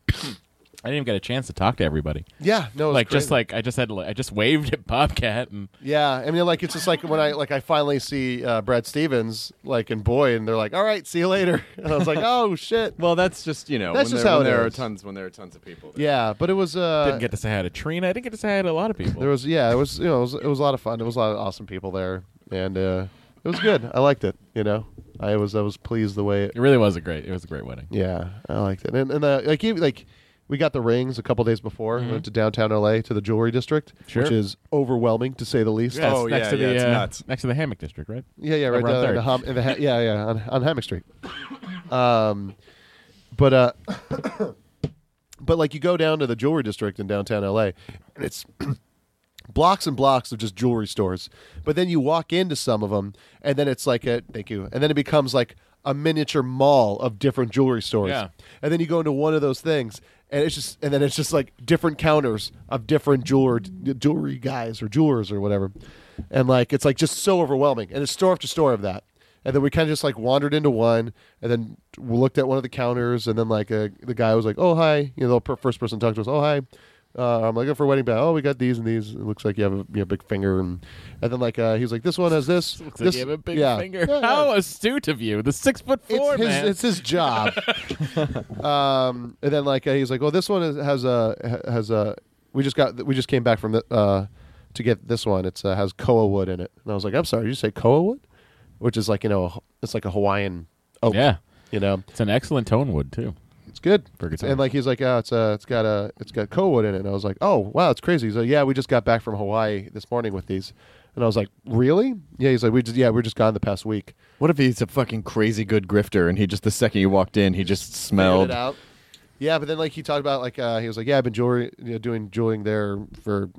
I didn't even get a chance to talk to everybody. Yeah, no, it was Like great. just like I just had to, like, I just waved at Bobcat and yeah, I mean, like it's just like when I like I finally see uh, Brad Stevens like in Boy, and they're like, "All right, see you later," and I was like, "Oh shit." Well, that's just you know That's when just there, how when it there is. are tons when there are tons of people. there. Yeah, but it was uh, didn't get to say hi to Trina. I didn't get to say hi to a lot of people. There was yeah, it was you know it was, it was a lot of fun. It was a lot of awesome people there, and uh, it was good. I liked it. You know, I was I was pleased the way it. it really was a great. It was a great wedding. Yeah, I liked it, and and uh, like even, like we got the rings a couple days before. We went to downtown LA to the jewelry district, Mm-hmm. Sure. which is overwhelming to say the least. Yeah. Oh, It's next yeah, to yeah, the it's uh, nuts. next to the hammock district, right? Yeah, yeah, right Over on down in Third. the hum, in the ha- yeah, yeah, on, on Hammock Street. Um, but uh, but like you go down to the jewelry district in downtown LA, and it's blocks and blocks of just jewelry stores. But then you walk into some of them, and then it's like a thank you, and then it becomes like a miniature mall of different jewelry stores. Yeah. And then you go into one of those things, and it's just and then it's just like different counters of different jeweler jewelry guys or jewelers or whatever, and like it's like just so overwhelming. And it's store after store of that. And then we kind of just like wandered into one, and then we looked at one of the counters, and then like uh, the guy was like, "Oh hi," you know, the per- first person talked to us, "Oh hi." Uh, I'm like, "Oh for a wedding band." Oh, we got these and these. It looks like you have a you know, big finger, and and then like uh, he was like, "This one has this." Looks this like you have a big yeah. finger. Yeah, yeah. How astute of you! The six foot It's four his, man. it's his job. um, and then like uh, he's like, "Well, this one is, has a ha- has a we just got we just came back from the uh, to get this one. It's uh, has koa wood in it." And I was like, "I'm sorry, did you say koa wood?" Which is like you know a- it's like a Hawaiian oak. yeah, you know it's an excellent tone wood too. it's good. For guitar. And like he's like, "Oh, it's uh, it's got a it's got koa wood in it." And I was like, "Oh wow, it's crazy." He's like, "Yeah, we just got back from Hawaii this morning with these." And I was like, "Really?" Yeah. He's like, "We just yeah, we were just gone the past week." What if he's a fucking crazy good grifter and he just the second you walked in he just figured smelled it out. Yeah, but then like he talked about like uh, he was like, yeah, I've been jewelry, you know, doing jeweling there for,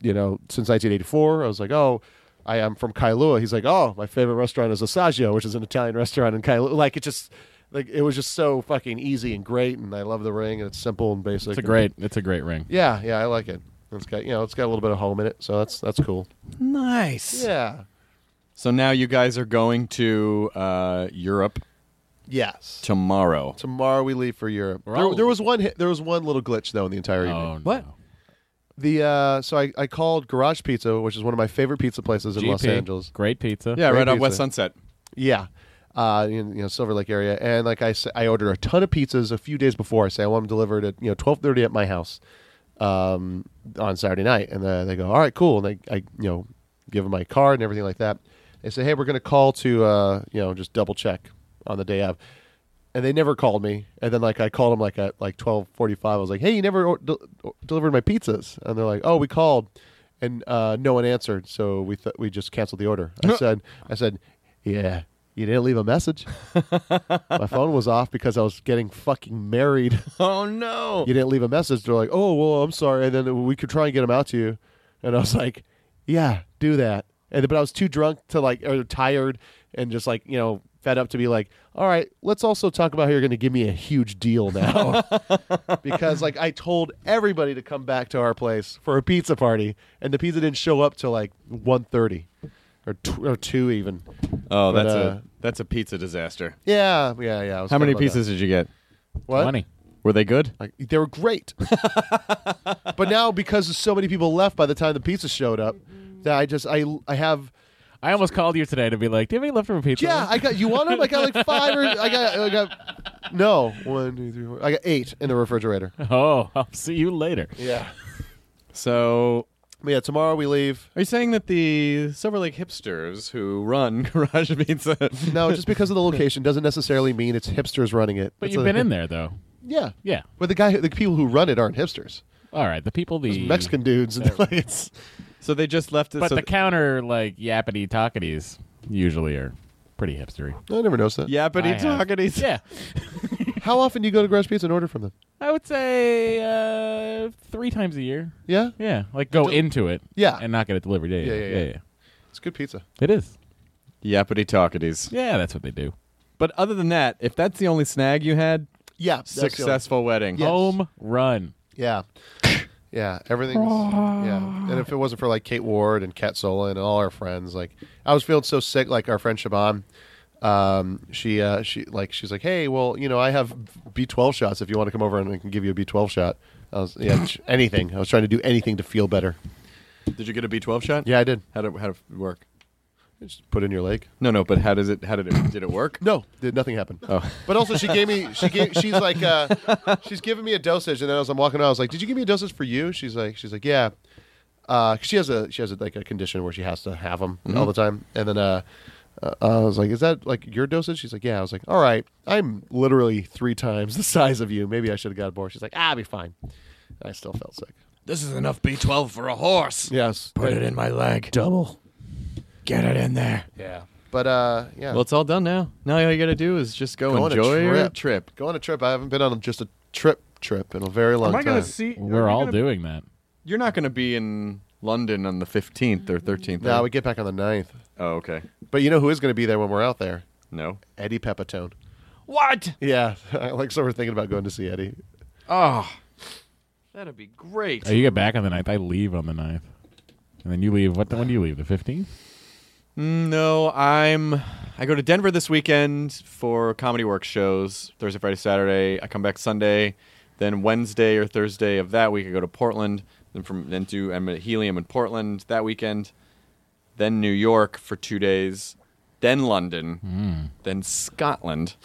you know, since 1984. I was like, oh, I am from Kailua. He's like, oh, my favorite restaurant is Assaggio, which is an Italian restaurant in Kailua. Like it just, like it was just so fucking easy and great, and I love the ring, and it's simple and basic. It's a great. It's a great ring. Yeah, yeah, I like it. It's got you know, it's got a little bit of home in it, so that's that's cool. nice. Yeah. So now you guys are going to uh, Europe Yes. tomorrow. Tomorrow we leave for Europe. We're There, all- there was one hit, there was one little glitch though in the entire evening. Oh, What? no. The uh, so I, I called Garage Pizza, which is one of my favorite pizza places in Los GP, Angeles. Great pizza. Yeah, right Great on West pizza. Sunset. Yeah, uh, in, you know Silver Lake area, and like I sa- I ordered a ton of pizzas a few days before. I say I want them delivered at you know twelve thirty at my house um, on Saturday night, and uh, they go, all right, cool, and I, I you know give them my card and everything like that. They say, hey, we're going to call to uh, you know just double check on the day of. And they never called me. And then, like, I called them like at like twelve forty-five. I was like, "Hey, you never or- del- or- delivered my pizzas." And they're like, "Oh, we called." and uh, no one answered. So we th- we just canceled the order. I said, I said, yeah, you didn't leave a message. My phone was off because I was getting fucking married. Oh no. you didn't leave a message. They're like, oh well, I'm sorry. And then we could try and get them out to you. And I was like, yeah, do that. And but I was too drunk to like or tired and just like you know fed up to be like, all right, let's also talk about how you're going to give me a huge deal now because like I told everybody to come back to our place for a pizza party and the pizza didn't show up till like 1.30 or tw- or two even. Oh, But, that's uh, a that's a pizza disaster. Yeah, yeah, yeah. I was How many talking about that. pieces did you get? What? Money. Were they good? Like they were great. but now because so many people left by the time the pizza showed up, that I just I I have I almost called you today to be like, do you have any leftover pizza? yeah I got you want them I got like five or I got I got no one two three four I got eight in the refrigerator. Oh, I'll see you later. Yeah. So But yeah, tomorrow we leave. are you saying that the Silver Lake hipsters who run Garage Pizza? No, just because of the location doesn't necessarily mean it's hipsters running it. But That's you've a- been in there though. Yeah. Yeah. But the guy, who- the people who run it aren't hipsters. All right. The people, the It's Mexican dudes. And like it's, so they just left it. but so the counter like yappity talkities usually are pretty hipstery. I never noticed that. I yappity have- talkities. Yeah. How often do you go to Grass Pizza and order from them? I would say uh, three times a year. Yeah. Yeah, like go into it. Yeah. and not get it delivered. Yeah, yeah, Yeah, yeah, yeah. yeah. yeah. It's good pizza. It is. Yappity talkities. Yeah, that's what they do. But other than that, if that's the only snag you had, Yeah. that's the only- successful wedding. Yes. Home run. Yeah. Yeah, everything's yeah. And if it wasn't for like Kate Ward and Kat Solon and all our friends, like I was feeling so sick. Like our friend Shabam, um, she uh, she like she's like, hey, well, you know, I have B twelve shots. If you want to come over and I can give you a B twelve shot, I was yeah, ch- anything. I was trying to do anything to feel better. Did you get a B12 shot? Yeah, I did. How did how did it work? Just put in your leg. No, no. But how does it? How did it? Did it work? No, did nothing happen. Oh. But also, she gave me. She gave. She's like. Uh, she's giving me a dosage, and then as I'm walking out, I was like, "Did you give me a dosage for you?" She's like. She's like, "Yeah." Uh, 'cause she has a she has a, like a condition where she has to have them all Mm-hmm. the time, and then uh, uh, I was like, "Is that like your dosage?" She's like, "Yeah." I was like, "All right, I'm literally three times the size of you. Maybe I should have got more." She's like, "Ah, I'll be fine." I still felt sick. This is enough B12 for a horse. Yes, Put it in my leg. Double. Get it in there. yeah, but uh, yeah. Well, it's all done now. Now all you got to do is just go, Go on a enjoy your trip. trip. Go on a trip. I haven't been on just a trip trip in a very long time. see? We're all doing that. You're not going to be in London on the 15th or 13th. No, are we you? get back on the 9th. Oh, okay. But you know who is going to be there when we're out there? No. Eddie Pepitone. What? Yeah, like so we're thinking about going to see Eddie. Oh, that'd be great. Oh, you get back on the ninth. I leave on the ninth, and then you leave. What? When do you leave? The fifteenth. Mm, No, I'm. I go to Denver this weekend for comedy work shows Thursday, Friday, Saturday. I come back Sunday, then Wednesday or Thursday of that week I go to Portland. Then from then do I'm at Helium in Portland that weekend, then New York for two days, then London, Hmm. then Scotland,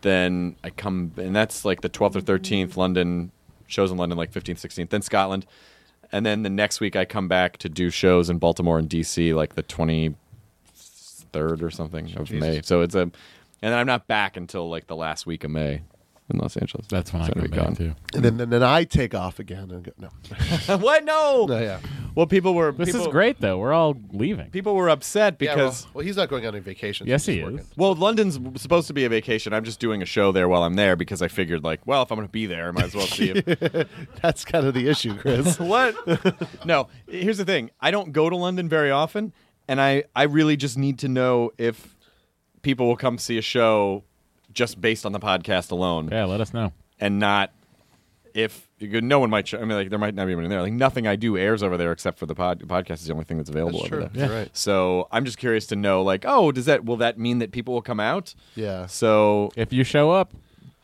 then I come and that's like the 12th or 13th London shows in London like 15th, 16th, then Scotland. And then the next week I come back to do shows in Baltimore and DC like the 20 third or something of May. So it's a, and then I'm not back until like the last week of May in Los Angeles. That's when So I I'll come be back too. And then, then, then I take off again and go, no. gone. what? No. no yeah. Well, people were. This people- is great though. We're all leaving. People were upset Yeah, because. well, well, he's not going on any vacation. yes, He's he working. is. well, London's supposed to be a vacation. I'm just doing a show there while I'm there because I figured, like, well, if I'm going to be there, I might as well see it. That's kind of the issue, Chris. what? no, here's the thing. I don't go to London very often, and I, I really just need to know if people will come see a show just based on the podcast alone Yeah, let us know. and not if no one might. Show, I mean, like there might not be anyone there. Like nothing I do airs over there except for the pod, podcast is the only thing that's available That's over true. there. You're right. So I'm just curious to know, like, oh, does that will that mean that people will come out? Yeah. So If you show up,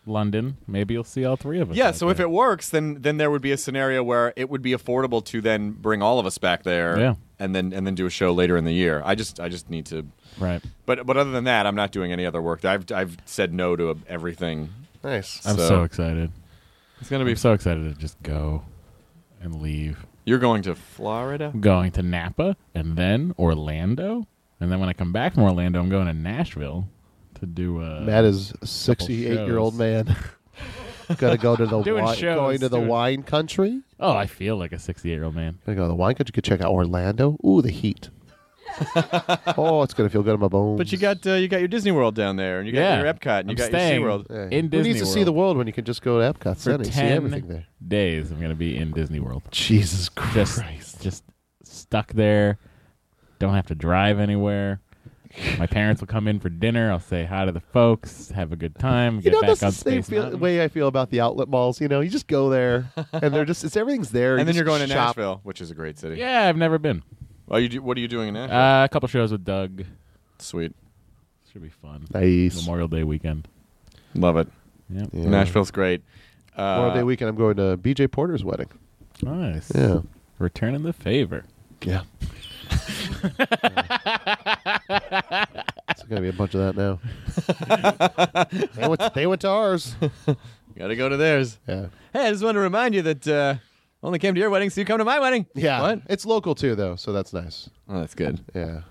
London, maybe you'll see all three of us. yeah, out so if there. it works, then then there would be a scenario where it would be affordable to then bring all of us back there, Yeah. and then and then do a show later in the year. I just I just need to, right, but but other than that, I'm not doing any other work. I've I've said no to everything. Nice. I'm so, So- excited. It's gonna I'm be. so excited to just go and leave. You're going to Florida. I'm going to Napa and then Orlando, and then when I come back from Orlando, I'm going to Nashville to do. Uh, Matt is a 68 year old shows. man. Gotta go to the Doing wine, shows, going to the doing- wine country. Oh, I feel like a 60 year old man. Gotta go to the wine country. Could check out Orlando. Ooh, the heat. oh, it's gonna feel good in my bones. But you got uh, you got your Disney World down there, and you got yeah. your Epcot, and you I'm got staying your SeaWorld. Hey, In who Disney needs to World see the world when you can just go to Epcot for Center, and see 10 everything there. days. I'm going to be in Disney World. Jesus Christ! Just, just stuck there. Don't have to drive anywhere. My parents will come in for dinner. I'll say hi to the folks, have a good time, you get know back that's on the same Space feel, Mountain. way I feel about the outlet malls. You know, you just go there, and they're just it's everything's there. You And then just you're going to shop. Nashville, which is a great city. Yeah, I've never been. Are you do, what are you doing in Nashville? Uh, a couple shows with Doug. Sweet, Should be fun. Nice. Memorial Day weekend. love it. Yeah. Yeah. Nashville's great. Uh, Memorial Day weekend, I'm going to BJ Porter's wedding. Nice. Yeah, Returning the favor. yeah. Uh, it's gonna be a bunch of that now. they, went, they went to ours. Gotta go to theirs. Yeah, Hey, I just want to remind you that uh, only came to your wedding, so you come to my wedding. yeah. What? It's local too, though, so that's nice. Oh, that's good. Yeah.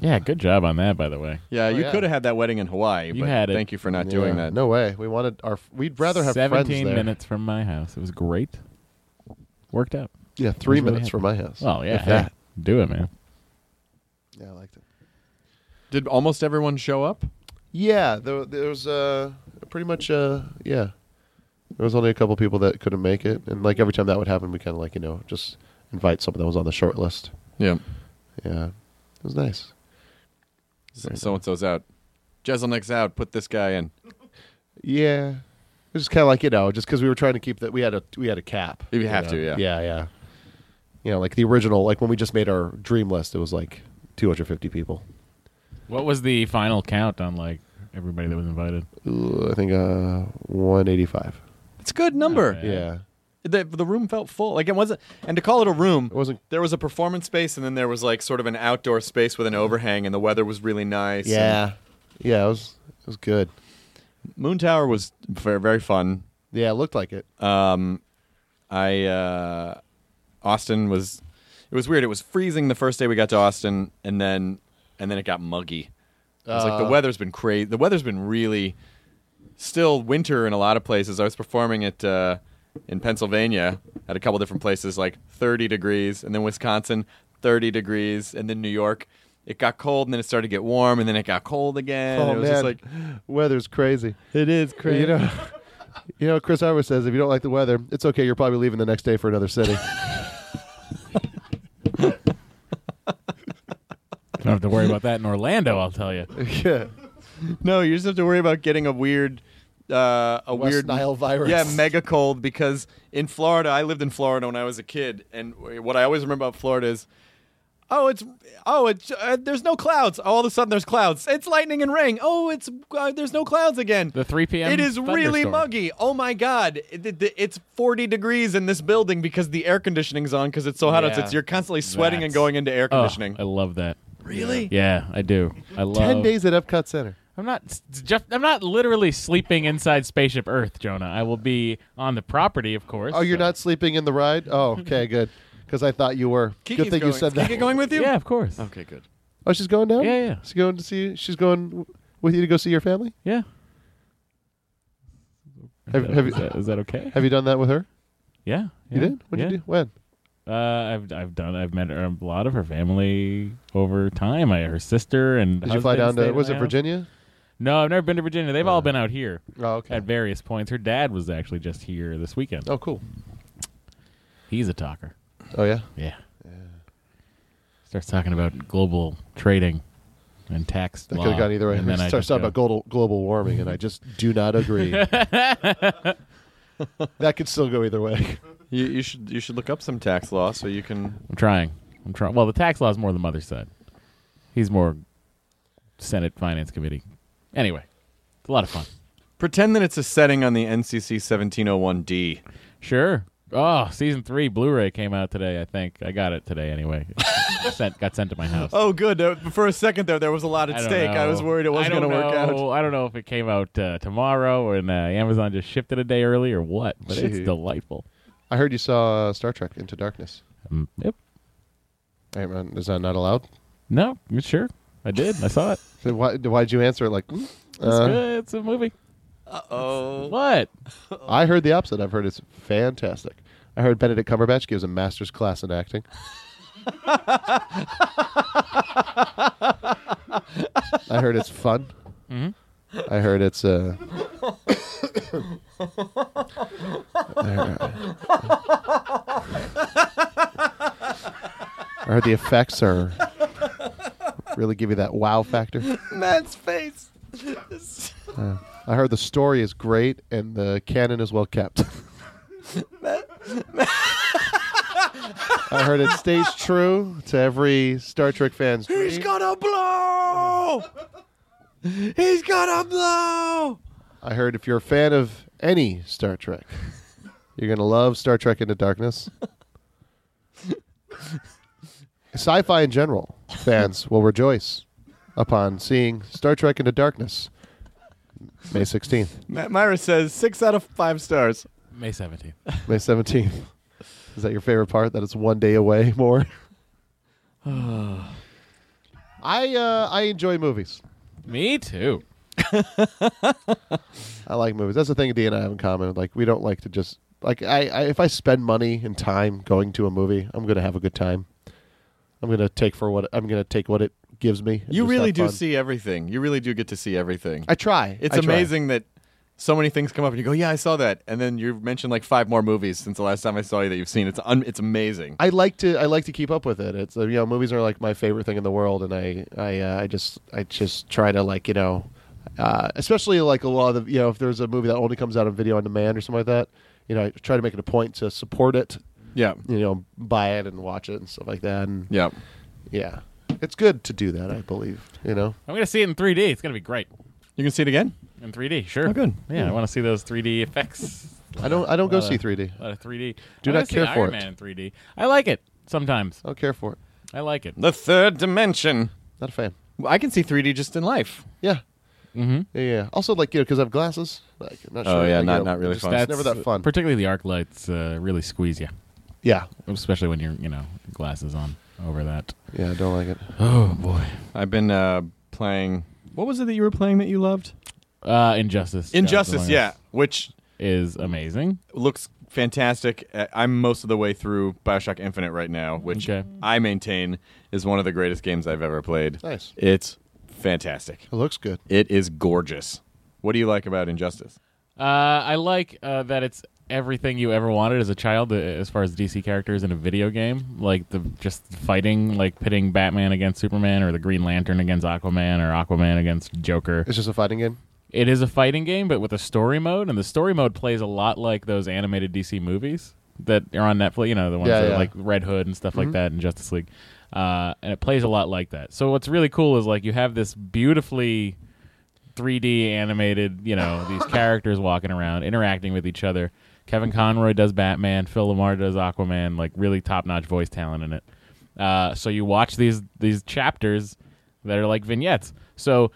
Yeah, good job on that, by the way. Yeah, you Oh, yeah. could have had that wedding in Hawaii. You but had it. Thank you for not doing Yeah. that. No way. We wanted our. We'd rather have 17 friends there. minutes from my house. It was great. Worked out. Yeah, three Usually minutes have- from my house. Well, yeah. If hey, that. Do it, man. Yeah, I liked it. Did almost everyone show up? Yeah, there, there was uh, pretty much uh, yeah. There was only a couple people that couldn't make it, and like every time that would happen, we kind of like you know just invite someone that was on the short list. Yeah. Yeah, it was nice. So and so's out. Jezelnik's out. Put this guy in. Yeah, it was just kind of like you know just because we were trying to keep that we had a we had a cap. If you have know? to, yeah. yeah, yeah. You know, like the original, like when we just made our dream list, it was like 250 people. What was the final count on, like, everybody that was invited? Ooh, I think uh, 185. It's a good number. bad. Yeah, The, the room felt full. Like it wasn't, and to call it a room, it wasn't. there was a performance space, and then there was like sort of an outdoor space with an overhang, and the weather was really nice. Yeah, yeah, it was. It was good. And Moon Tower was very, very fun. Yeah, it looked like it. Um, I uh, Austin was. It was weird. It was freezing the first day we got to Austin, and then and then it got muggy. It was like the Uh, weather's been crazy. The weather's been really still winter in a lot of places. I was performing at uh, in Pennsylvania at a couple different places, like 30 degrees, and then Wisconsin 30 degrees, and then New York. It got cold, and then it started to get warm, and then it got cold again. Oh it was man, just like weather's crazy. it is crazy. You know, you know. Chris Howard says if you don't like the weather, it's okay. You're probably leaving the next day for another city. Don't have to worry about that in Orlando, I'll tell you. yeah, No, you just have to worry about getting a weird, uh, a West weird Nile virus. Yeah, mega cold because in Florida, I lived in Florida when I was a kid, and what I always remember about Florida is, oh, it's oh, it's uh, there's no clouds. All of a sudden, there's clouds. It's lightning and rain. Oh, it's uh, there's no clouds again. The 3 p.m. It is really thunderstorm. muggy. Oh my god, It- it- it's 40 degrees in this building because the air conditioning's on because it's so hot. Yeah. outside. you're constantly sweating and That's- going into air Oh, conditioning. I love that. really? Yeah, I do. I love ten days at Epcot Center. I'm not s- just I'm not literally sleeping inside spaceship Earth, Jonah. I will be on the property, of course. Oh, you're so- not sleeping in the ride? Oh, okay, good. Because I thought you were. Kiki's good thing going. you said Is that. Kiki going with you? Yeah, of course. Okay, good. Oh, she's going down. Yeah, yeah. She's going to see. She's going w- with you to go see your family. Yeah. Have, have is, you that, is that okay? have you done that with her? yeah, You did. What yeah. did you do? When? do? Uh, I've I've done I've met a lot of her family over time. I her sister and Did you husband fly down stayed to? at Was my it house. Virginia? No, I've never been to Virginia. They've all been out here Oh, okay. at various points. Her dad was actually just here this weekend. Oh, cool. He's a talker. Oh yeah. Yeah. Starts talking about global trading and tax That law. could have gone either way. And then I starts just talking go, about global, global warming, and I just do not agree. that could still go either way. You, you should you should look up some tax law so you can. I'm trying. I'm trying. Well, the tax law is more the mother's side. He's more Senate Finance Committee. Anyway, it's a lot of fun. Pretend that it's a setting on the NCC 1701D. Sure. Oh, season three Blu-ray came out today. I think I got it today. Anyway, It sent, got sent to my house. Oh, good. Uh, for a second there, there was a lot at I don't stake. I know. was worried it I wasn't don't going to work out. know. I don't know if it came out uh, tomorrow and uh, Amazon just shipped it a day early or what, but it's Gee. delightful. I heard you saw uh, Star Trek Into Darkness. Um, yep. Hey, man, Is that not allowed? No, sure. I did. I saw it. Then Why, why'd you answer it like? mm, It's uh, good. It's a movie. What? I heard the opposite. I've heard it's fantastic. I heard Benedict Cumberbatch gives a master's class in acting. I heard it's fun. I heard it's uh. I heard- I heard the effects are really give you that wow factor. Matt's face. I heard the story is great and the canon is well kept. I heard it stays true to every Star Trek fan's He's dream. gonna blow. He's gonna blow. I heard if you're a fan of any Star Trek, you're going to love Star Trek Into Darkness. Sci fi in general, fans will rejoice upon seeing Star Trek Into Darkness May 16th, Matt Myra says six out of five stars. May 17th. May 17th. Is that your favorite part? That it's one day away more? I uh, I enjoy movies. Me too. I like movies. That's the thing D and I have in common. Like we don't like to just like I, I if I spend money and time going to a movie, I'm gonna have a good time. I'm gonna take for what I'm gonna take what it gives me. and You just really have do fun. see everything. You really do get to see everything. I try. It's I try. amazing that so many things come up and you go, "Yeah, I saw that," and then you've mentioned like five more movies since the last time I saw you that you've seen. It's un- it's amazing. I like to I like to keep up with it. It's uh, you know movies are like my favorite thing in the world, and I I uh, I just I just try to like you know, uh, especially like a lot of the, you know if there's a movie that only comes out on video on demand or something like that, you know I try to make it a point to support it, yeah, you know buy it and watch it and stuff like that, and yeah. yeah, it's good to do that I believe you know I'm gonna see it in 3D. It's gonna be great You can see it again. in 3D. Sure. Oh, good. Yeah, I want to see those 3D effects. I don't I don't go Well, uh, see 3D. A lot of 3D. Do I not wanna see care for Iron it. Man in 3D. I like it sometimes. I don't care for it. I like it. The third dimension. Not a fan. Well, I can see 3D just in life. Yeah. Mm-hmm. Yeah. Also, like you know, because I have glasses. Like, I'm not Oh, sure, yeah, like, not- you know, not really just- fun. It's never that fun. Particularly the arc lights uh, really squeeze you, Yeah. especially when you're you know glasses on over that. Yeah. I don't like it. Oh boy. I've been uh, playing. What was it that you were playing that you loved? Uh, Injustice. Injustice. Gods Yeah, Among Us which is amazing. looks fantastic. Uh, I'm most of the way through Bioshock Infinite right now, which Okay. I maintain is one of the greatest games I've ever played. Nice. It's fantastic. It looks good. It is gorgeous. What do you like about Injustice? Uh, I like uh, that it's everything you ever wanted as a child, uh, as far as DC characters in a video game, like the just fighting, like pitting Batman against Superman or the Green Lantern against Aquaman or Aquaman against Joker. It's just a fighting game. It is a fighting game, but with a story mode, and the story mode plays a lot like those animated DC movies that are on Netflix. You know, the ones that Yeah, yeah. Mm-hmm. are like Red Hood and stuff like that, and Justice League. Uh, and it plays a lot like that. So what's really cool is like you have this beautifully 3D animated, you know, these characters walking around, interacting with each other. Kevin Conroy does Batman, Phil Lamar does Aquaman, like really top notch voice talent in it. Uh, so you watch these these chapters that are like vignettes. So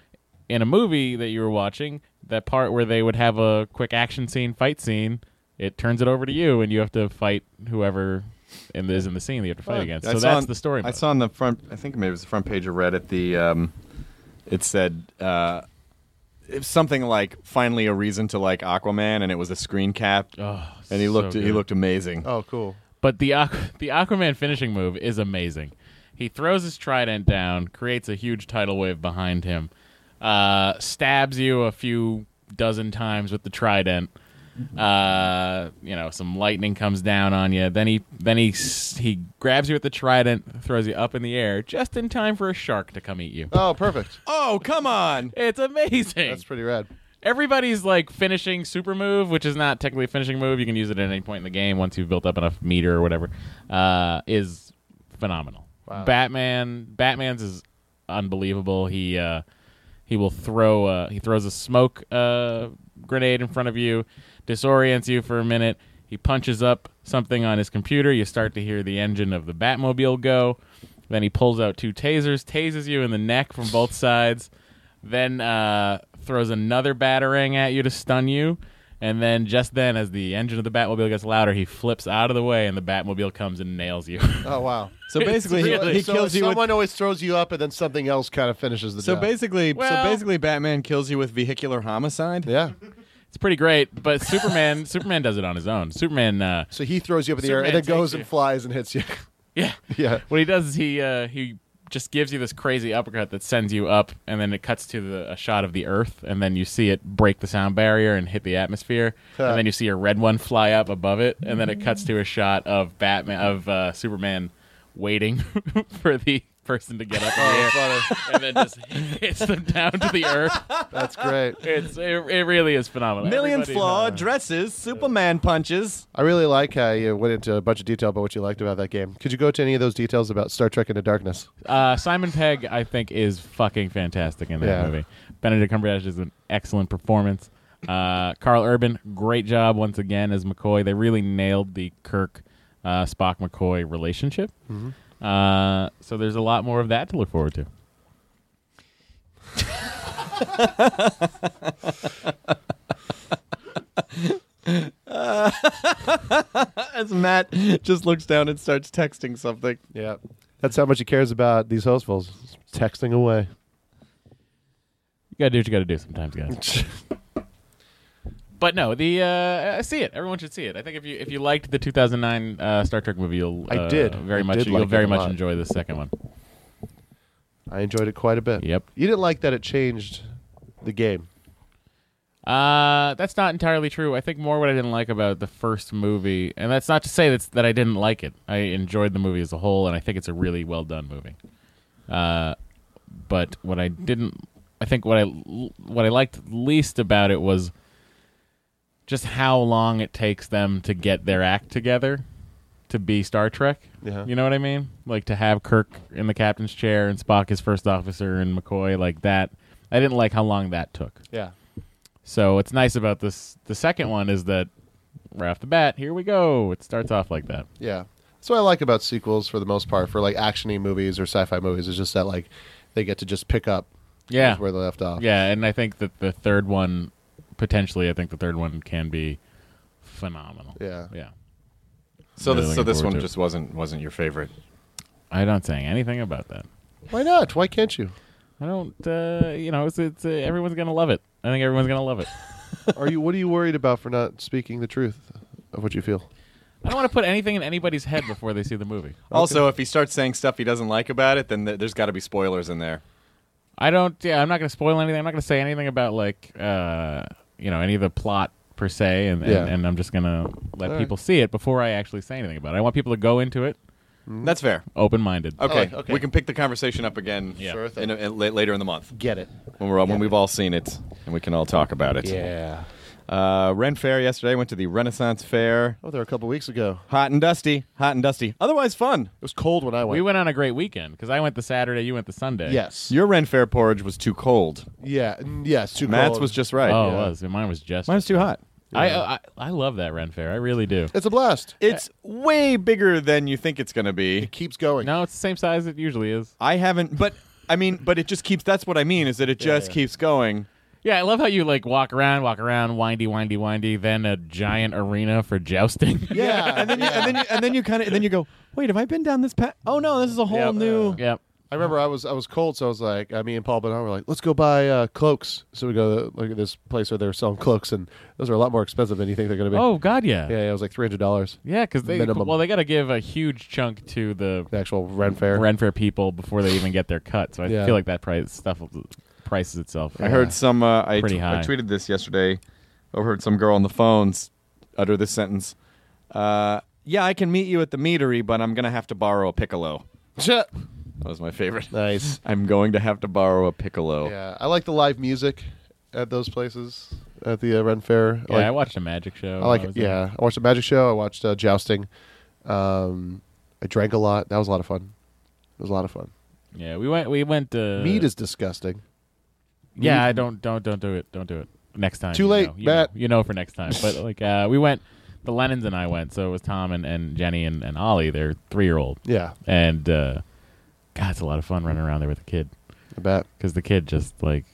in a movie that you were watching, that part where they would have a quick action scene, fight scene, it turns it over to you, and you have to fight whoever in is in the scene that you have to fight against. I So saw that's on- the story. I mode. saw on the front. I think maybe it was the front page of Reddit. The um, it said uh, it- something like "Finally a reason to like Aquaman," and it was a screen cap, Oh, and he so looked he good. looked amazing. Oh, cool. But the Aqu- the Aquaman finishing move is amazing. He throws his trident down, creates a huge tidal wave behind him, uh, stabs you a few dozen times with the trident. Uh, you know, some lightning comes down on you. Then he then he s- he grabs you with the trident, throws you up in the air, just in time for a shark to come eat you. Oh, perfect. Oh come on! It's amazing. That's pretty rad. Everybody's like finishing super move, which is not technically a finishing move. You can use it at any point in the game once you've built up enough meter or whatever. Uh, is phenomenal. Batman, Batman's is unbelievable. He uh, he will throw uh, he throws a smoke uh, grenade in front of you, disorients you for a minute. He punches up something on his computer. You start to hear the engine of the Batmobile go. Then he pulls out two tasers, tases you in the neck from both sides then uh, throws another battering at you to stun you. And then just then, as the engine of the Batmobile gets louder, he flips out of the way, and the Batmobile comes and nails you. Oh, wow. So It's basically, he- really- he, so kills you Someone with. always throws you up, and then something else kind of finishes the So job. basically, Well- so basically, Batman kills you with vehicular homicide. yeah. It's pretty great, but Superman Superman does it on his own. Superman, uh, So he throws you up in the air and Superman then goes takes and you. flies and hits you. yeah, yeah. What he does is he uh, he just gives you this crazy uppercut that sends you up, and then it cuts to the, a shot of the Earth, and then you see it break the sound barrier and hit the atmosphere, and then you see a red one fly up above it, and then it cuts to a shot of Batman of uh, Superman waiting for the person to get up in the air, and then just hits them down to the Earth. That's great. It's it, it really is phenomenal. Million Everybody- flaw dresses, Superman punches. I really like how you went into a bunch of detail about what you liked about that game. Could you go to any of those details about Star Trek Into Darkness? Uh, Simon Pegg, I think, is fucking fantastic in that Yeah. movie. Benedict Cumberbatch is an excellent performance. Uh, Carl Urban, great job once again as McCoy. They really nailed the Kirk uh, Spock McCoy relationship. Mm-hmm. Uh, so there's a lot more of that to look forward to. As Matt just looks down and starts texting something. Yeah. That's how much he cares about these hostfuls. Texting away. You gotta do what you gotta do sometimes, guys. but no, the uh, I see it. Everyone should see it. I think if you if you liked the 2009 uh, Star Trek movie, you'll I uh, did. very I much did you'll like it very a much lot. enjoy the second one. I enjoyed it quite a bit. Yep. You didn't like that it changed the game. Uh, that's not entirely true. I think more what I didn't like about the first movie, and that's not to say that's, that I didn't like it. I enjoyed the movie as a whole, and I think it's a really well done movie. Uh, but what I didn't, I think what I l- what I liked least about it was just how long it takes them to get their act together to be Star Trek. Yeah. You know what I mean? Like to have Kirk in the captain's chair and Spock his first officer and McCoy like that. I didn't like how long that took. Yeah. So what's nice about this the second one is that right off the bat, here we go. It starts off like that. Yeah. That's what I like about sequels for the most part, for like actiony movies or sci fi movies, is just that like they get to just pick up Yeah. where they left off. Yeah, and I think that the third one potentially I think the third one can be phenomenal. Yeah. Yeah. So Really this, so looking this forward one to it. just wasn't wasn't your favorite. I don't saying anything about that. Why not? Why can't you? I don't uh you know, it's, it's uh, everyone's going to love it. I think everyone's going to love it. Are you what are you worried about for not speaking the truth of what you feel? I don't want to put anything in anybody's head before they see the movie. Also, if he starts saying stuff he doesn't like about it, then th- there's got to be spoilers in there. I don't. Yeah, I'm not going to spoil anything. I'm not going to say anything about like uh, you know any of the plot per se, and and, Yeah. and I'm just going to let All people see it before I actually say anything about it. I want people to go into it Mm-hmm. That's fair. open minded. Okay. Oh, okay. we can pick the conversation up again Yeah. Sure thing. in a, in- la- later in the month Get it. when we're all, when we've all seen it and we can all talk about it. Yeah. Uh, Ren Fair yesterday went to the Renaissance Fair. Oh, there a couple weeks ago. Hot and dusty, hot and dusty. Otherwise, fun. It was cold when I went. We went on a great weekend because I went the Saturday, you went the Sunday. Yes. Your Ren Fair porridge was too cold. yeah. n- Yes. Too Matt's cold. was just right. Oh, it was. Mine was just. Mine was too hot. I, I I love that Ren Fair. I really do. It's a blast. It's way bigger than you think it's going to be. It keeps going. No, it's the same size it usually is. I haven't, but I mean, but it just keeps. That's what I mean is that it just keeps going. Yeah, I love how you like walk around, walk around, windy, windy, windy, then a giant arena for jousting. Yeah. and then you, and then you, and then you kind of then you go, wait, have I been down this path? Oh no, this is a whole Yep. new. Yep. I remember I was I was cold, so I was like, uh, me and Paul Bernard were like, let's go buy uh, cloaks. So we go to, look at this place where they're selling cloaks, and those are a lot more expensive than you think they're going to be. Oh God, yeah, yeah, it was like three hundred dollars. Yeah, because they Minimum. well, they got to give a huge chunk to the The actual rent fair. Renfair people before they even get their cut. So I Yeah. feel like that price stuff will- prices itself. I heard some. Uh, I, Pretty tw- I high. tweeted this yesterday. Overheard some girl on the phones utter this sentence. Uh, yeah, I can meet you at the meatery, but I'm gonna have to borrow a piccolo. That was my favorite. nice. I'm going to have to borrow a piccolo. Yeah, I like the live music at those places at the uh, rent fair. Yeah, like, I watched a magic show. I like when it. was there. Yeah, I watched the magic show. I watched uh, jousting. Um, I drank a lot. That was a lot of fun. It was a lot of fun. yeah. We went. We went. Uh, Meat is disgusting. Yeah, I don't. Don't. Don't do it. Don't do it. Next time. Too you late, know, you Matt. Know, you know for next time. But like, uh, we went. The Lennons and I went. So it was Tom and, and Jenny and, and Ollie. They're three year old. Yeah, And uh, God, it's a lot of fun running around there with a kid I bet. because the kid just like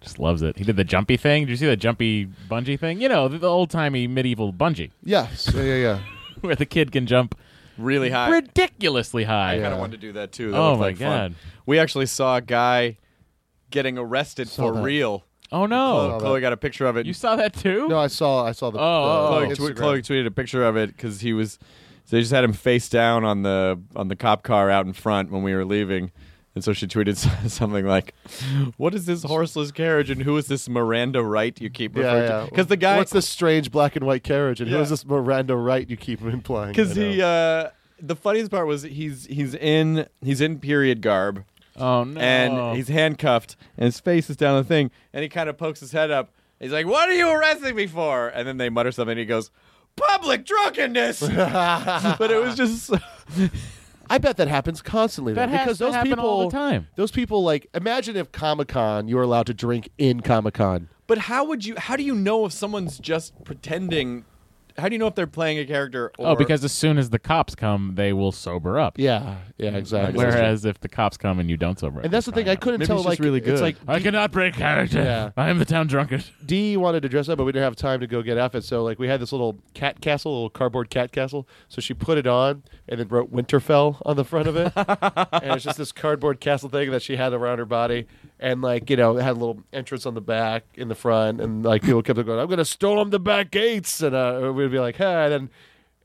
just loves it. He did the jumpy thing. Did you see the jumpy bungee thing? You know, the, the old timey medieval bungee Yes. Yeah, yeah, yeah. where the kid can jump Really high. ridiculously I high. kind Yeah. of wanted to do that too. That Oh looked my like fun. God. We actually saw a guy getting arrested Saw for that. real Oh no, Saw Chloe that. got a picture of it. you saw that too? No, I saw. I saw the. uh, Chloe, Oh, the tw- Instagram. Chloe tweeted a picture of it because he was. So they just had him face down on the on the cop car out in front when we were leaving, and so she tweeted something like, "What is this horseless carriage and who is this Miranda Wright you keep referring yeah, yeah. to?" Because the guy, What's this strange black and white carriage? And who Yeah. is this Miranda Wright? You keep implying. because I know. he, uh, the funniest part was he's he's in he's in period garb Oh no. and he's handcuffed and his face is down the thing and he kind of pokes his head up. He's like, "What are you arresting me for?" And then they mutter something. and He goes, "Public drunkenness." but it was just. so- I bet that happens constantly. though, That has because to those happen people, all the time. Those people like imagine if Comic Con, you were allowed to drink in Comic Con. But how would you? How do you know if someone's just pretending? How do you know if they're playing a character? Or, Oh, because as soon as the cops come, they will sober up. Yeah, yeah, exactly. Whereas if the cops come and you don't sober up, and that's the you're thing. fine. I couldn't Maybe tell. he's like, just really it's good. like I cannot break character. Yeah. I am the town drunkard. D wanted to dress up, but we didn't have time to go get outfits. So like we had this little cat castle, little cardboard cat castle. So she put it on and then wrote Winterfell on the front of it, and it's just this cardboard castle thing that she had around her body, and like you know it had a little entrance on the back in the front, and like people kept going, "I'm gonna storm the back gates," and uh, we'd be like, "Hey," and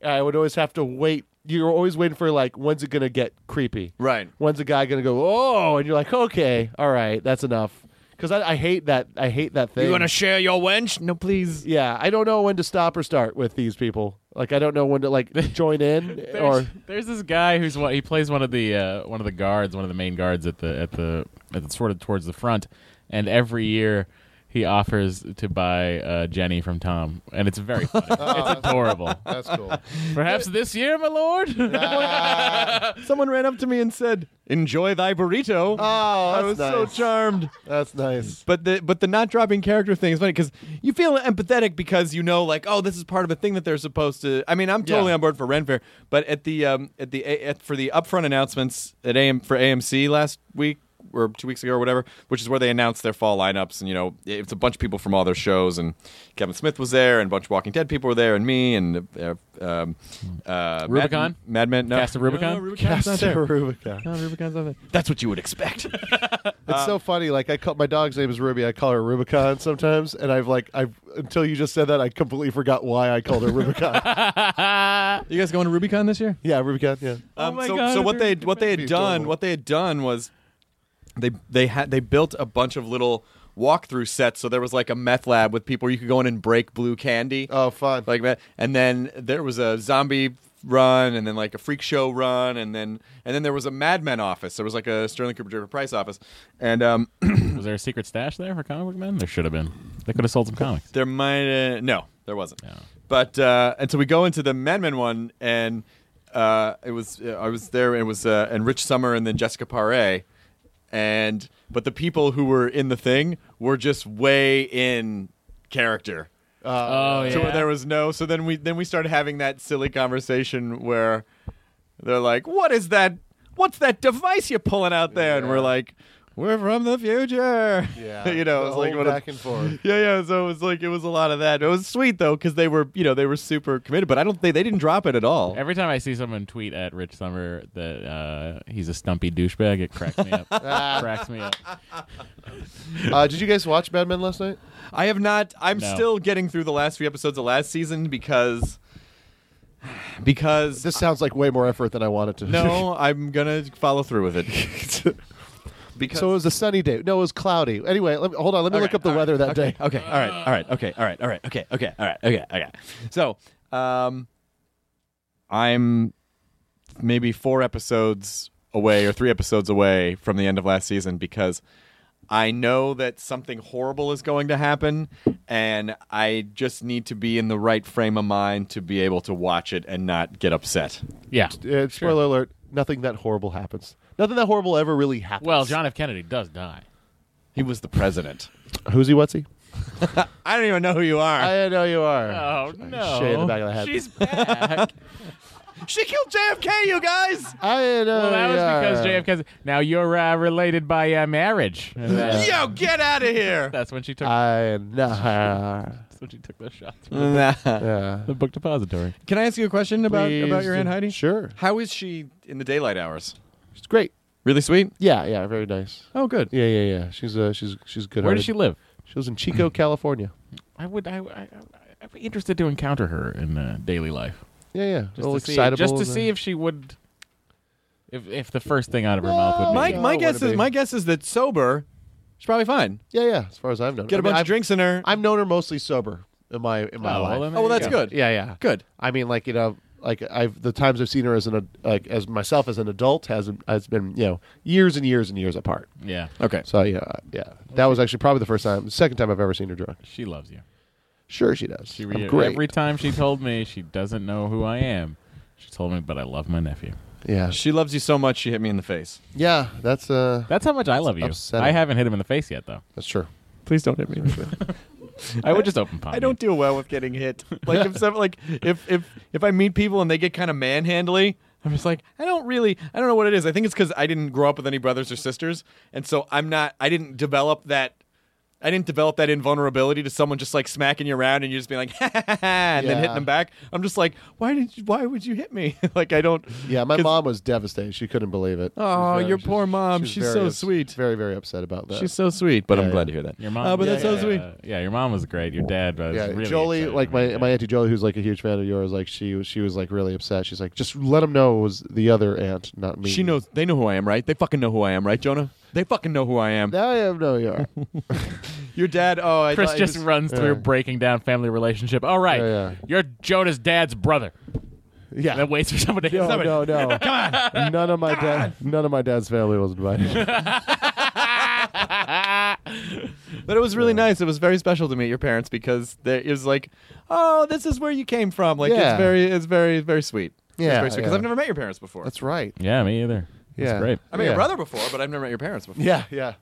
then I would always have to wait. You're always waiting for like when's it gonna get creepy, Right. When's a guy gonna go, "Oh," and you're like, "Okay, all right, that's enough." Because I, I hate that. I hate that thing. You gonna share your wench? No, please. Yeah, I don't know when to stop or start with these people. Like, I don't know when to like join in or There's, there's this guy who's one, he plays one of the uh, one of the guards, one of the main guards at the at the at the sort of towards the front, and every year he offers to buy uh, Jenny from Tom, and it's very funny. it's adorable. that's cool. Perhaps this year, my lord. someone ran up to me and said, "Enjoy thy burrito." Oh, I that's was nice. so charmed. that's nice. But the but the not dropping character thing is funny because you feel empathetic because you know like oh this is part of a thing that they're supposed to. I mean I'm totally Yeah. on board for Ren Fair, but at the um, at the A- at, for the upfront announcements at AM for AMC last week or two weeks ago or whatever, which is where they announced their fall lineups and you know it's a bunch of people from all their shows and Kevin Smith was there and a bunch of Walking Dead people were there and me and uh, um, uh, Rubicon? Mad, Mad Men no. Cast of Rubicon? No, no, Rubicon's not Pastor there. Rubicon. No, Rubicon's not there. That's what you would expect. It's so funny. Like, I call my dog's name is Ruby. I call her Rubicon sometimes, and I've like I've until you just said that I completely forgot why I called her Rubicon. you guys going to Rubicon this year? yeah, Rubicon. Yeah. Um, my so, God, so what they they're- what they had be done adorable. what they had done was they they had they built a bunch of little walkthrough sets. So there was like a meth lab with people you could go in and break blue candy Oh, fun. like that, and then there was a zombie run, and then like a freak show run, and then and then there was a Mad Men office. There was like a Sterling Cooper Draper Price office, and um, Was there a secret stash there for comic book men? There should have been. They could have sold some comics. There might uh, no, there wasn't. No. But uh, and so we go into the Mad Men one, and uh, it was uh, I was there, and it was uh, and Rich Summer and then Jessica Paré, and but the people who were in the thing were just way in character. Oh yeah. So where there was no. So then we then we started having that silly conversation where they're like, "What is that? What's that device you're pulling out there?" And we're like, "We're from the future." Yeah. you know, The it's like old one of- back and forth. yeah, yeah. So it was like it was a lot of that. It was sweet though because they were, you know, they were super committed. But I don't think they didn't drop it at all. Every time I see someone tweet at Rich Summer that uh, he's a stumpy douchebag, it cracks me up. Ah. cracks me up. Uh, did you guys watch Mad Men last night? I have not. I'm No. still getting through the last few episodes of last season because because This sounds like way more effort than I wanted to. no, I'm gonna follow through with it because so it was a sunny day. No, it was cloudy. Anyway, let me, hold on. Let me look up the weather that day. Okay. All right. All right. Okay. All right. All right. Okay. Okay. All right. Okay. Okay. So, um, I'm maybe four episodes away or three episodes away from the end of last season because I know that something horrible is going to happen, and I just need to be in the right frame of mind to be able to watch it and not get upset. Yeah. Uh, spoiler alert: nothing that horrible happens. Nothing that horrible ever really happens. Well, John F. Kennedy does die. He was the president. who's he? What's he? I don't even know who you are. I know you are. Oh no! Shade in the back of the head. She's back. she killed JFK, you guys. I know. well, that you are. was because JFK. Now you're uh, related by uh, marriage. And that- Yo, get out of here. That's when she took. I know. that's when she took those shots. From Can Yeah. the book depository. I ask you a question about about Please. your aunt Heidi? Sure. How is she in the daylight hours? She's great. Really sweet. Yeah, yeah, very nice. Oh, good. Yeah, yeah, yeah. She's uh, she's she's good. Where does she live? She lives in Chico, California. I would. I, I, I'd be interested to encounter her in uh, daily life. Yeah, yeah. Just to see, just to uh, see if she would, if if the first thing out of her mouth would be. "Oh, My, Yeah, my I guess wanna is be. my guess is that sober, she's probably fine. Yeah, yeah. As far as I've known, Get I a mean, bunch I've, of drinks in her. I've known her mostly sober in my in my Oh, well, life. then oh well, there you that's go. good. Yeah, yeah. Good. I mean, like you know, like I've the times I've seen her as an ad- like as myself as an adult has has been you know years and years and years apart. Yeah, Okay. So yeah, yeah. That was actually probably the first time, second time I've ever seen her drunk. she loves you. Sure, she does. She I'm re- great. every time she told me she doesn't know who I am. She told me, but I love my nephew. yeah, She loves you so much she hit me in the face. yeah. That's uh, That's how much I love you. upsetting. I haven't hit him in the face yet, though. that's true. Please don't hit me in the face. I would just open palm. I don't deal well with getting hit. Like if some, like if if if I meet people and they get kind of manhandly, I'm just like I don't really I don't know what it is. I think it's because I didn't grow up with any brothers or sisters, and so I'm not I didn't develop that. I didn't develop that invulnerability to someone just like smacking you around and you just being like, ha, ha, ha, and then Yeah. hitting them back. I'm just like, why did you, why would you hit me? like I don't. Yeah, my 'cause- mom was devastated. She couldn't believe it. She Aw, was very- your poor mom. She's very so sweet. Very, very upset about that. She's so sweet, but Yeah, I'm glad yeah. to hear that. Your mom, Oh, but yeah, that's yeah, so sweet. yeah. Yeah, your mom was great. Your dad was yeah, really Jolie, excited like about my your my dad. auntie Jolie, who's like a huge fan of yours, like she was she was like really upset. She's like, just let them know it was the other aunt, not me. She knows. They know who I am, right? They fucking know who I am, right, Jonah? They fucking know who I am. Now I have no you are. Your dad. Oh, I Chris thought he just was- runs through Yeah. breaking down family relationship. All right, Yeah, yeah. you're Jonah's dad's brother. yeah. And then waits for someone to hit no, somebody. no, no. Come on. None of my dad none of my dad's family was invited. But it was really nice. It was very special to meet your parents because they- it was like, oh, this is where you came from. Like Yeah. it's very, it's very, very sweet. Yeah, because yeah. I've never met your parents before. That's right. Yeah, me either. Yeah. That's great. I met yeah. your brother before, but I've never met your parents before. Yeah, yeah.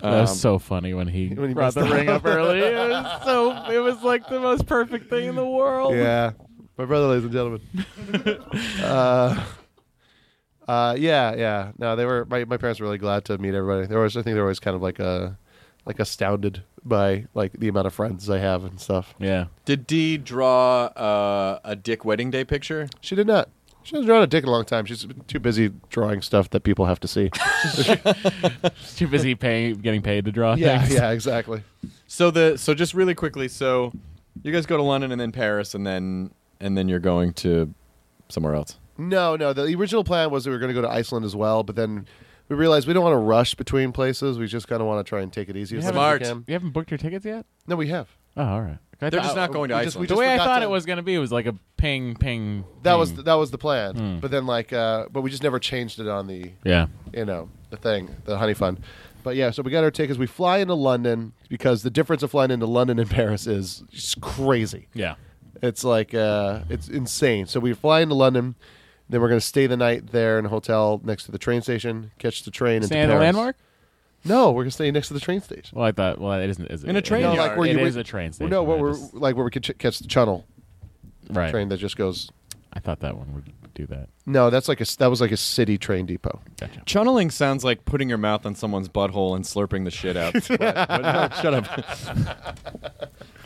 that Um, was so funny when he, When he brought the messed ring up early. It was so. It was like the most perfect thing in the world. Yeah. My brother, ladies and gentlemen. uh, uh, yeah, yeah. No, they were my, my parents were really glad to meet everybody. They were always, I think they were always kind of like uh like astounded by like the amount of friends I have and stuff. Yeah. Did Dee draw uh, a dick wedding day picture? She did not. She hasn't drawn a dick in a long time. She's been too busy drawing stuff that people have to see. She's too busy paying, getting paid to draw yeah, things. yeah, exactly. So the so just really quickly. So you guys go to London and then Paris and then and then you're going to somewhere else. No, no. The original plan was that we were going to go to Iceland as well, but then we realized we don't want to rush between places. We just kind of want to try and take it easy. as much as we Smart. can. You haven't booked your tickets yet? No, we have. Oh, all right. I They're thought- just not going to we just- Iceland. we the way I forgot thought to- it was Hmm. going to be was like a ping, ping. That ping. was that was the plan, but then like, uh, but we just never changed it on the yeah. you know the thing, the honey fun. But yeah, so we got our tickets. We fly into London because the difference of flying into London and Paris is just crazy. Yeah. It's like uh, it's insane. So we fly into London, then we're gonna stay the night there in a hotel next to the train station, catch the train Stay into at a Paris. landmark? No, we're gonna stay next to the train station. Well, I thought. Well, it isn't. Is it, In a it- train it- No, like where it you is would- a train station. No, what I we're just- like where we could ch- catch the Channel right. train that just goes. I thought that one would do that. No, that's like a s- that was like a city train depot. Gotcha. Chunneling sounds like putting your mouth on someone's butthole and slurping the shit out. What- what- no, shut up.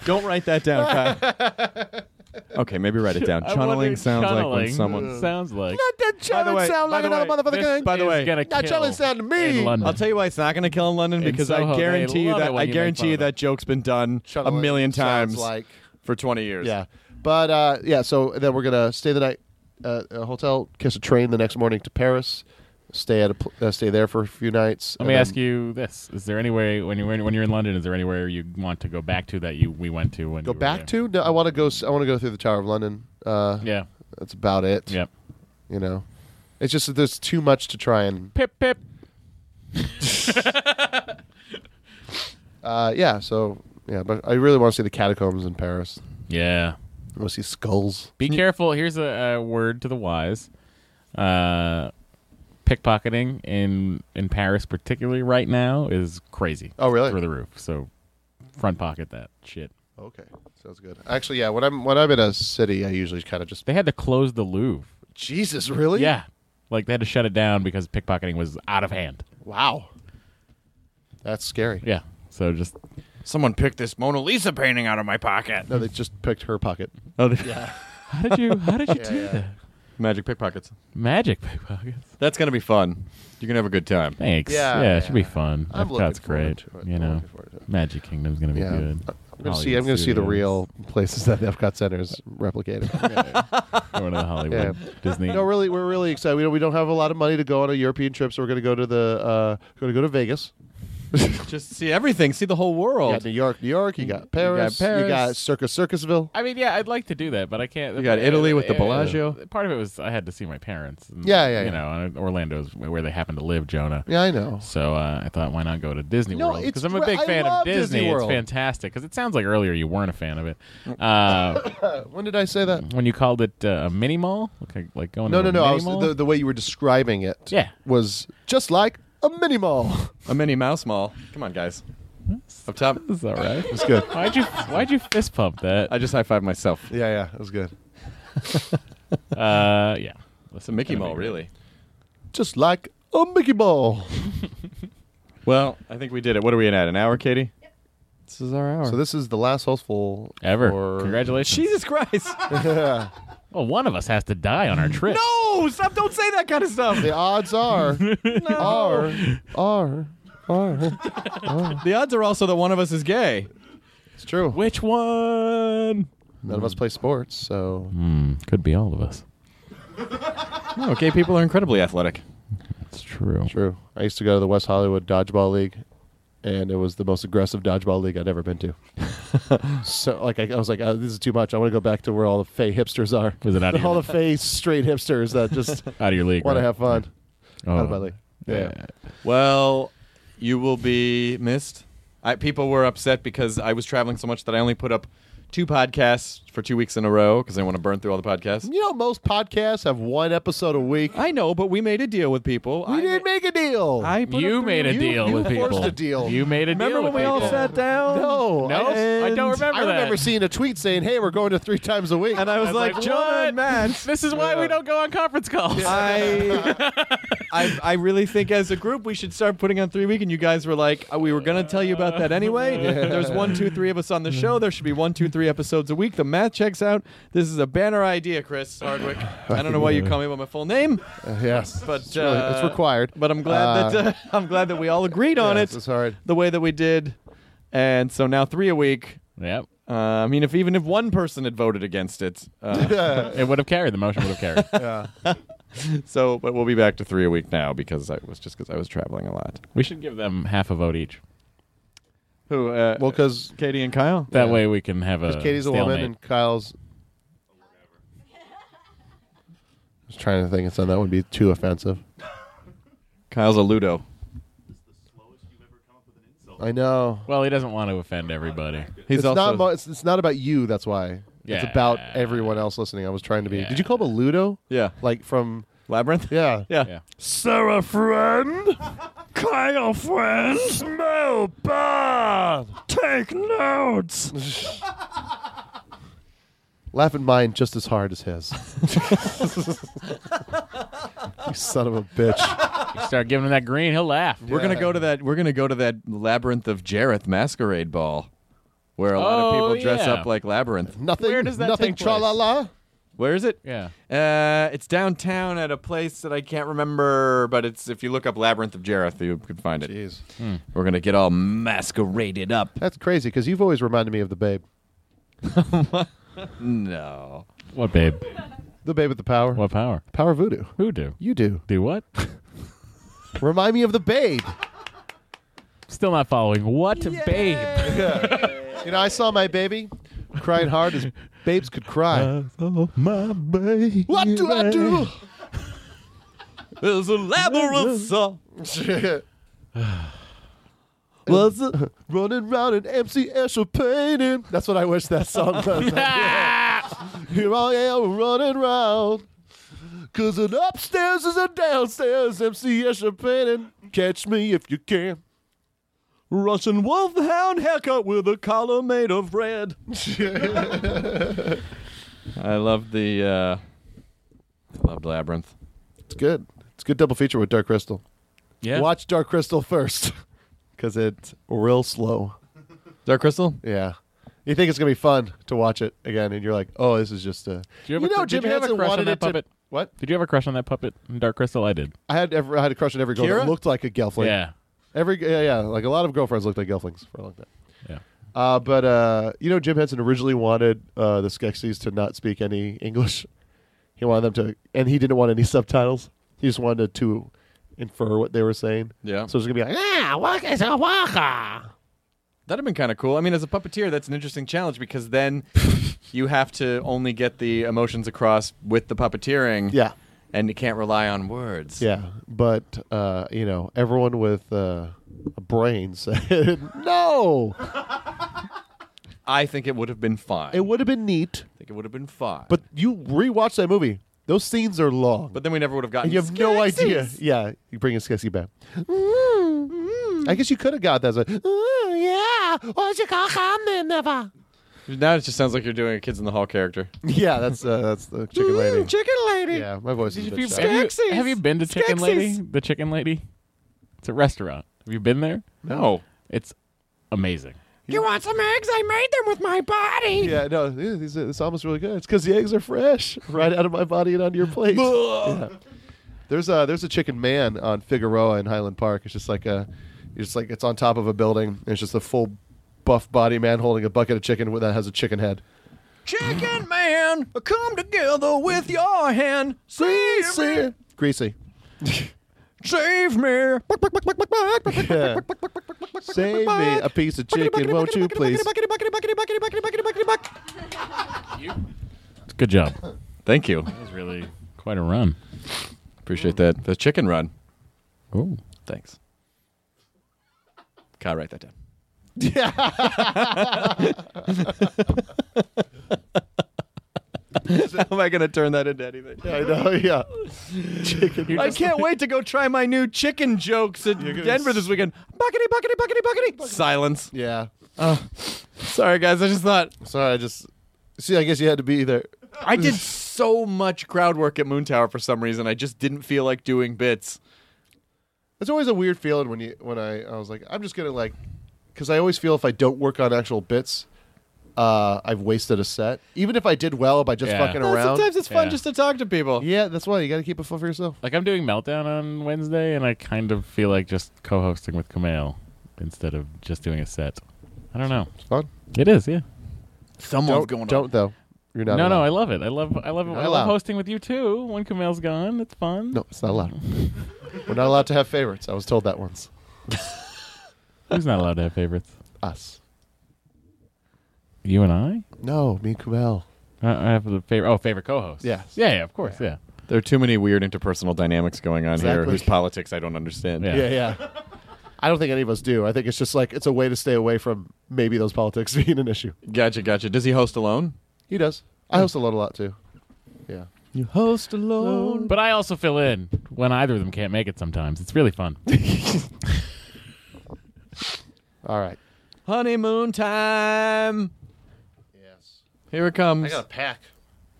Don't write that down, Kyle. Okay, maybe write it down. I Chunneling wondered- sounds like when chunneling someone. sounds like. that By the way- sound by like the another way, motherfucker this- by the is way, gonna that kill chunneling sound to me. In London. I'll tell you why it's not going to kill in London In because Soho, I they guarantee you love that it when I you make guarantee fun you of them. that joke's been done a million times Like for 20 years. yeah, but uh, yeah. So then we're gonna stay the night at a hotel, catch a train the next morning to Paris. Stay at a pl- uh, stay there for a few nights. Let and me then- ask you this: Is there any way when you when you're in London, is there anywhere you want to go back to that you we went to when Go you were back there? to? No, I want to go. s- I want to go through the Tower of London. Uh, Yeah. that's about it. Yep. you know, it's just that there's too much to try and. Pip pip. Uh, yeah, so yeah, but I really want to see the catacombs in Paris. Yeah. I want to see skulls. Be careful. Here's a, a word to the wise. Uh, pickpocketing in in Paris, particularly right now, is crazy. Oh, really? Through the roof. So front pocket that shit. Okay, sounds good. Actually, yeah, when I'm when I'm in a city, I usually kind of just They had to close the Louvre. Jesus, really? Yeah. Like they had to shut it down because pickpocketing was out of hand. Wow, that's scary. Yeah. So just Someone picked this Mona Lisa painting out of my pocket. No, they just picked her pocket. oh, how did you how did you do yeah. that? Magic pickpockets. Magic pickpockets. That's gonna be fun. You're gonna have a good time. Thanks. Yeah. Yeah, it should be fun. I'm That- looking That's forward great. to it. You I'm know, looking forward to it. Magic Kingdom's gonna be Yeah. good. I'm gonna see. I'm gonna see the real places that the Epcot Center's replicated. Yeah. Going to Hollywood, Yeah. Disney. no, really, we're really excited. We don't, we don't have a lot of money to go on a European trip, so we're gonna go to the uh, gonna go to Vegas. Just see everything. See the whole world. You got New York, New York. You got Paris. Paris. You got Circus Circusville. I mean, yeah, I'd like to do that, but I can't. You got Italy with the Uh, Bellagio. Part of it was I had to see my parents. and, Yeah, yeah, You yeah. know, and Orlando's where they happen to live, Jonah. Yeah, I know. So uh, I thought, why not go to Disney No, World? it's Because I'm a great. big I fan of love Disney Disney. it's World. Mm. fantastic. Because it sounds like earlier you weren't a fan of it. Uh, When did I say that? when you called it uh, a mini mall, okay, like going No, to no, a no. Mini I was, mall? the, the way you were describing it Yeah. was just like a mini mall. A mini mouse mall. Come on, guys. Up top. That's all right. It's good. Why'd you Why'd you fist pump that? I just high five myself. Yeah, yeah, it was good. Uh, yeah. It's a Mickey Gonna be mall, great. really. Just like a Mickey ball. Well, I think we did it. What are we in at? An hour, Katie? This is our hour. So this is the last hostful Ever. for- Congratulations. Jesus Christ! Well, one of us has to die on our trip. no, stop! Don't say that kind of stuff. The odds are, are, are, are. The odds are also that one of us is gay. It's true. Which one? None of us play sports, so Mm. Could be all of us. No, gay people are incredibly athletic. It's true. true. I used to go to the West Hollywood Dodgeball League, and it was the most aggressive dodgeball league I'd ever been to. so, like, I, I was like, oh, "This is too much. I want to go back to where all the fey hipsters are." Was it out of all your- the fey straight hipsters that just Out of your league. want to right? have fun? Oh. Out of my league. Yeah. Well, you will be missed. I, people were upset because I was traveling so much that I only put up two podcasts for two weeks in a row because I want to burn through all the podcasts. You know, most podcasts have one episode a week. I know, but we made a deal with people. We I didn't make a deal. I put You up three- made a you- deal you with people. forced a deal. You made a Remember deal when with we all people. sat down? no, No, I don't remember I that. remember seeing a tweet saying, "Hey, we're going to three times a week." And I was, I was like, like, Jonah "What?" and Matt. This is why we don't go on conference calls. I, I, I really think as a group we should start putting on three week. And you guys were like, "Oh, we were going to tell you about that anyway. There's one, two, three of us on the show. There should be one, two, three episodes a week. The math checks out. This is a banner idea, Chris Hardwick. I don't know why you call me by my full name, Uh, yes, but it's, really- it's uh, required. But I'm glad Uh, that uh, I'm glad that we all agreed on yes, it It's hard. the way that we did, and so now three a week. yep. Uh, I mean, if even if one person had voted against it, uh, It would have carried. The motion would have carried. so but we'll be back to three a week now because I was just because I was traveling a lot. we should give them half a vote each. Who? Uh, Well, because Katie and Kyle. That Yeah. way we can have a. Katie's a Uh, stalemate. woman and Kyle's. I was trying to think. It's not that would be too offensive. Kyle's a Ludo. I know. Well, he doesn't want to offend everybody. He's it's also not. mo- It's, it's not about you. That's why. It's Yeah. about everyone else listening. I was trying to be. Did you call him a Ludo? yeah Like from. labyrinth. Yeah. Yeah. Yeah. Sarah friend, Kyle friend, smell bad. Take notes. Laughing mine just as hard as his. you son of a bitch. You start giving him that green, he'll laugh. We're gonna go to that. We're gonna go to that labyrinth of Jareth masquerade ball, where a lot Oh, of people dress yeah. up like labyrinth. Nothing. Where does that nothing. take place? Tra la la. Where is it? Yeah. Uh, it's downtown at a place that I can't remember, but it's if you look up labyrinth of Jareth, you could find it. Jeez, We're gonna get all masqueraded up. that's crazy because you've always reminded me of the babe, No. What, babe? the babe with the power, What power? power voodoo. Who do? You do Do what? remind me of the babe. Still not following. What, babe? You know, I saw my baby crying hard as babes could cry. my babe. what do I do? There's a labyrinth. song. Was it running round an MC Escher painting? That's what I wish that song was. Here I am running round. Cause an upstairs is a downstairs MC Escher painting. Catch me if you can. Russian wolfhound haircut with a collar made of red. I love the. Uh, I loved Labyrinth. It's good. It's a good double feature with Dark Crystal. Yeah. Watch Dark Crystal first. Cause it's real slow. Dark Crystal? Yeah. You think it's gonna be fun to watch it again, and you're like, "Oh, this is just a." Do you, have a, know, did Jim you have a Henson crush on wanted that it to- puppet? What? Did you have a crush on that puppet in Dark Crystal? I did. I had every, I had a crush on every girl Kira? that looked like a gelfling. yeah. Every yeah, yeah, like a lot of girlfriends looked like gelflings for a long time. Yeah. Uh, but uh, you know, Jim Henson originally wanted uh, the Skeksis to not speak any English. He wanted them to, and he didn't want any subtitles. He just wanted to infer what they were saying. Yeah. So it's gonna be like, ah, waka is a waka. That'd have been kind of cool. I mean, as a puppeteer, that's an interesting challenge because then you have to only get the emotions across with the puppeteering. Yeah, And you can't rely on words. yeah. But uh, you know, everyone with uh, a brain said no. I think it would have been fine. It would have been neat, I think it would have been fine. but you rewatch that movie. Those scenes are long. but then we never would have gotten. And you have no idea. Yeah, you bring a sketchy back. I guess you could have got that. It's like, yeah, what's your cock on there, never? Now it just sounds like you're doing a Kids in the Hall character. Yeah, that's uh, that's the chicken lady. Chicken lady. Yeah, my voice is a bit Have shot. you, have you been to Chicken Lady? The Chicken Lady? It's a restaurant. Have you been there? No. It's amazing. You want some eggs? I made them with my body. Yeah, no, yeah, these are- it's almost really good. It's because the eggs are fresh, right out of my body and onto your plate. Yeah. There's a there's a chicken man on Figueroa in Highland Park. It's just like a, it's just like it's on top of a building. And it's just a full, buff body man holding a bucket of chicken that has a chicken head. Chicken man, come together with your hand. Save me. Greasy. Save me. Yeah. Save me a piece of chicken, won't you, please? It's a good job. Thank you. It was really quite a run. Appreciate that. The chicken run. Oh. Thanks. Kyle, write that down. Yeah. How am I going to turn that into anything? I know, yeah. Chicken. I can't wait to go try my new chicken jokes at Denver this weekend. Buckety, buckety, buckety, buckety. Silence. Yeah. Sorry, guys. I just thought Sorry, I just. See, I guess you had to be there. I did so much crowd work at Moon Tower for some reason. I just didn't feel like doing bits. It's always a weird feeling when you when I I was like I'm just gonna like, because I always feel if I don't work on actual bits, uh, I've wasted a set. Even if I did well by just Yeah. fucking Well, around. Sometimes it's fun Yeah. just to talk to people. yeah, that's why you got to keep it fun for yourself. Like I'm doing Meltdown on Wednesday, and I kind of feel like just co-hosting with Kamal instead of just doing a set. I don't know. It's fun. It is, yeah. Someone's Don't don't though. You're not. no, no, I allowed. love it. I love, I love, You're I not love allowed. hosting with you too. When Kamal's gone, it's fun. no, it's not allowed. We're not allowed to have favorites. I was told that once. who's not allowed to have favorites? Us. You and I. No, me and Kumail. I I have the favorite. Oh, favorite co-host. Yes. Yeah, yeah, of course. Yeah. There are too many weird interpersonal dynamics going on here Exactly. whose politics I don't understand. Yeah. Yeah, yeah. I don't think any of us do. I think it's just like it's a way to stay away from maybe those politics being an issue. Gotcha, gotcha. Does he host alone? He does. I host a lot, a lot too. Yeah. You host alone. But I also fill in when either of them can't make it. Sometimes it's really fun. All right. Honeymoon time. Yes. Here it comes. pack.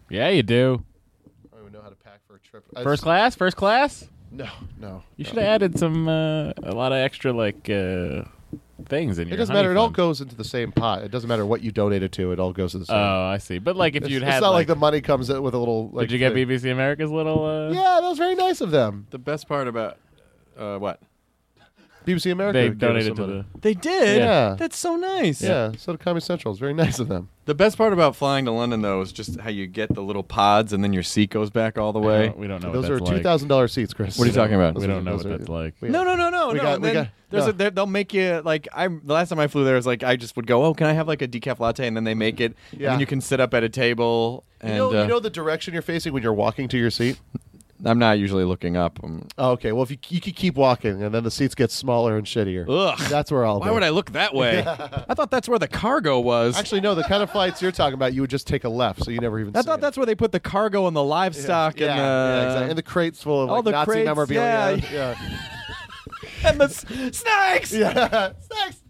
yeah, you do. I don't even know how to pack for a trip. First class, first class. No, no. You should have added some uh, a lot of extra like uh, things in your. It honey doesn't matter. It all fund. goes into the same pot. It doesn't matter what you donated to. It all goes to the same. Oh, I see. But like, if it's, you'd it's had, not like, like, the money comes in with a little. Like, did you get thing. BBC America's little? Uh, Yeah, that was very nice of them. The best part about uh, what? BBC America. they gave us donated some to money. the. They did. Yeah. That's so nice. Yeah. So did Comedy Central. It's very nice of them. The best part about flying to London though is just how you get the little pods and then your seat goes back all the way. We don't know. Those what are that's two thousand dollars seats, Chris. What are you talking about? Those We are- don't know those what are- that's like. we- No, no, no, no, We no. got- and we then got- there's no. a, there- they'll make you like I'm. The last time I flew there was like I just would go, oh, can I have like a decaf latte? And then they make it, Yeah. and then you can sit up at a table. And you know, uh, you know the direction you're facing when you're walking to your seat. I'm not usually looking up. I'm, Oh, okay, well if you you could keep walking and then the seats get smaller and shittier. Ugh. That's where I'll. why go. would I look that way? I thought that's where the cargo was. Actually, no. The kind of flights you're talking about, you would just take a left, so you never even. I see thought it. that's where they put the cargo and the livestock yeah, and yeah, the exactly. and the crates full of all like, the Nazi crates, memorabilia. yeah. Yeah, and the s- snacks. yeah. Sex,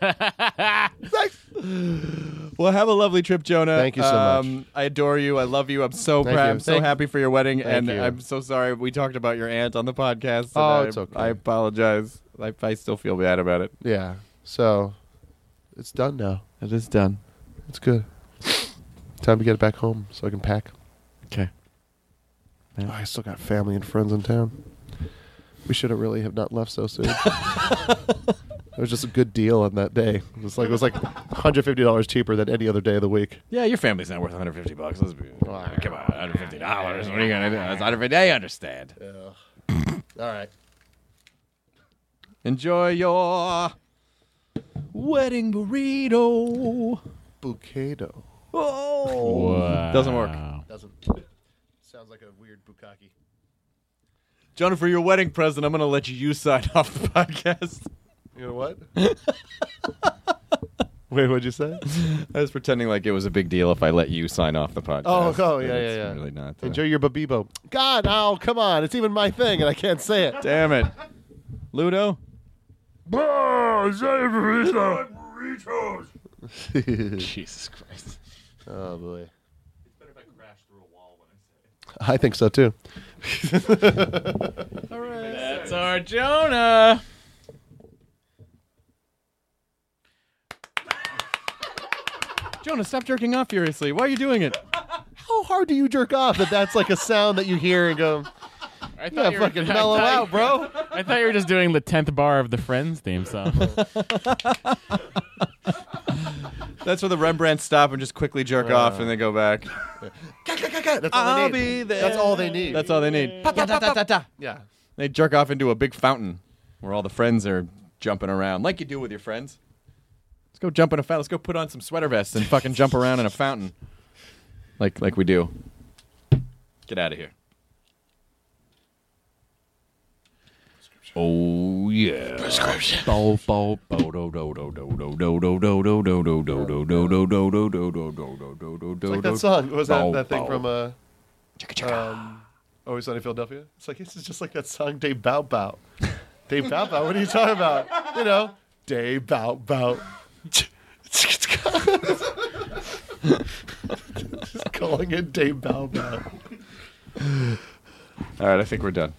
sex. Well, have a lovely trip, Jonah. Um, Thank you so much. I adore you. I love you. I'm so Thank proud. you. I'm so Thank- happy for your wedding, and you. I'm so sorry we talked about your aunt on the podcast. and Oh, I, it's okay. I apologize. I, I still feel bad about it. Yeah. So, it's done now. It is done. It's good. Time to get it back home so I can pack. Okay. Oh, I still got family and friends in town. We should have really have not left so soon. it was just a good deal on that day. It was like it was like $150 cheaper than any other day of the week. Yeah, your family's not worth 150 bucks. Let's be, come on, 150 dollars. What are you gonna do? It's 150. I understand. All right. Enjoy your wedding burrito. Bukato. Oh, doesn't work. Doesn't sounds like a weird bukkake. Jonah, for your wedding present, I'm gonna let you sign off the podcast. You know what? Wait, what'd you say? I was pretending like it was a big deal if I let you sign off the podcast. Oh, oh, yeah, but yeah, it's yeah. Really not. uh, Enjoy your babibo. God, oh, come on. It's even my thing, and I can't say it. Damn it, Ludo. Jesus Christ. Oh, boy. I think so too. That's our Jonah. Jonah, stop jerking off furiously. Why are you doing it? How hard do you jerk off that that's like a sound that you hear and go, I thought yeah, you were- fucking I mellow thought- out, bro? I thought you were just doing the tenth bar of the Friends theme song. That's where the Rembrandt stop and just quickly jerk off and then go back. That's all I'll they need. be there. That's all they need. That's all they need. yeah. They jerk off into a big fountain where all the friends are jumping around, like you do with your friends. Let's go jump in a fountain. Let's go put on some sweater vests and fucking jump around in a fountain, like like we do. Get out of here. Oh yeah. Prescription. Bo bo bo do do do do do do do do do do do do do do do do do do do do do do do It's like that song. What was that, that thing from uh, um, Always Sunny in Philadelphia? It's like, this is just like that song, Dave Bow Bow. Dave Bow Bow, what are you talking about? You know, Dave Bow Bow. just calling it Dave Bow Bow. All right, I think we're done.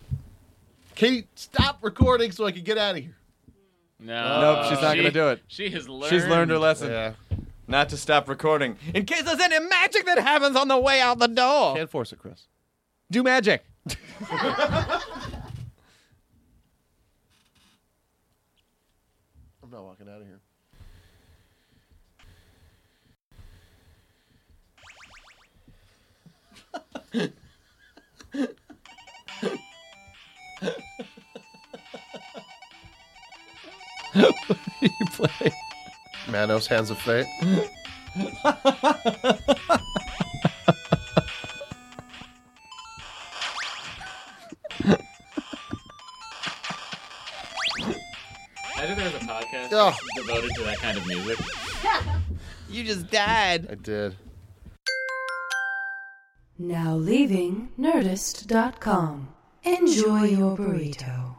Kate, stop recording so I can get out of here. No, Nope, she's not she- gonna do it. She has learned. She's learned her lesson. Yeah. Not to stop recording. In case there's any magic that happens on the way out the door. Can't force it, Chris. Do magic. I'm not walking out of here. you play. Manos, Hands of Fate. Imagine there was a podcast Oh. devoted to that kind of music. I did. Now leaving Nerdist.com. Enjoy your burrito.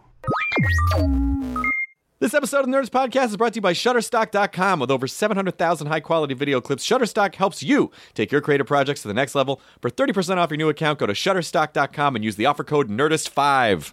This episode of Nerds Podcast is brought to you by Shutterstock.com. With over 700,000 high quality video clips, Shutterstock helps you take your creative projects to the next level. For 30% off your new account, go to Shutterstock.com and use the offer code NERDIST5.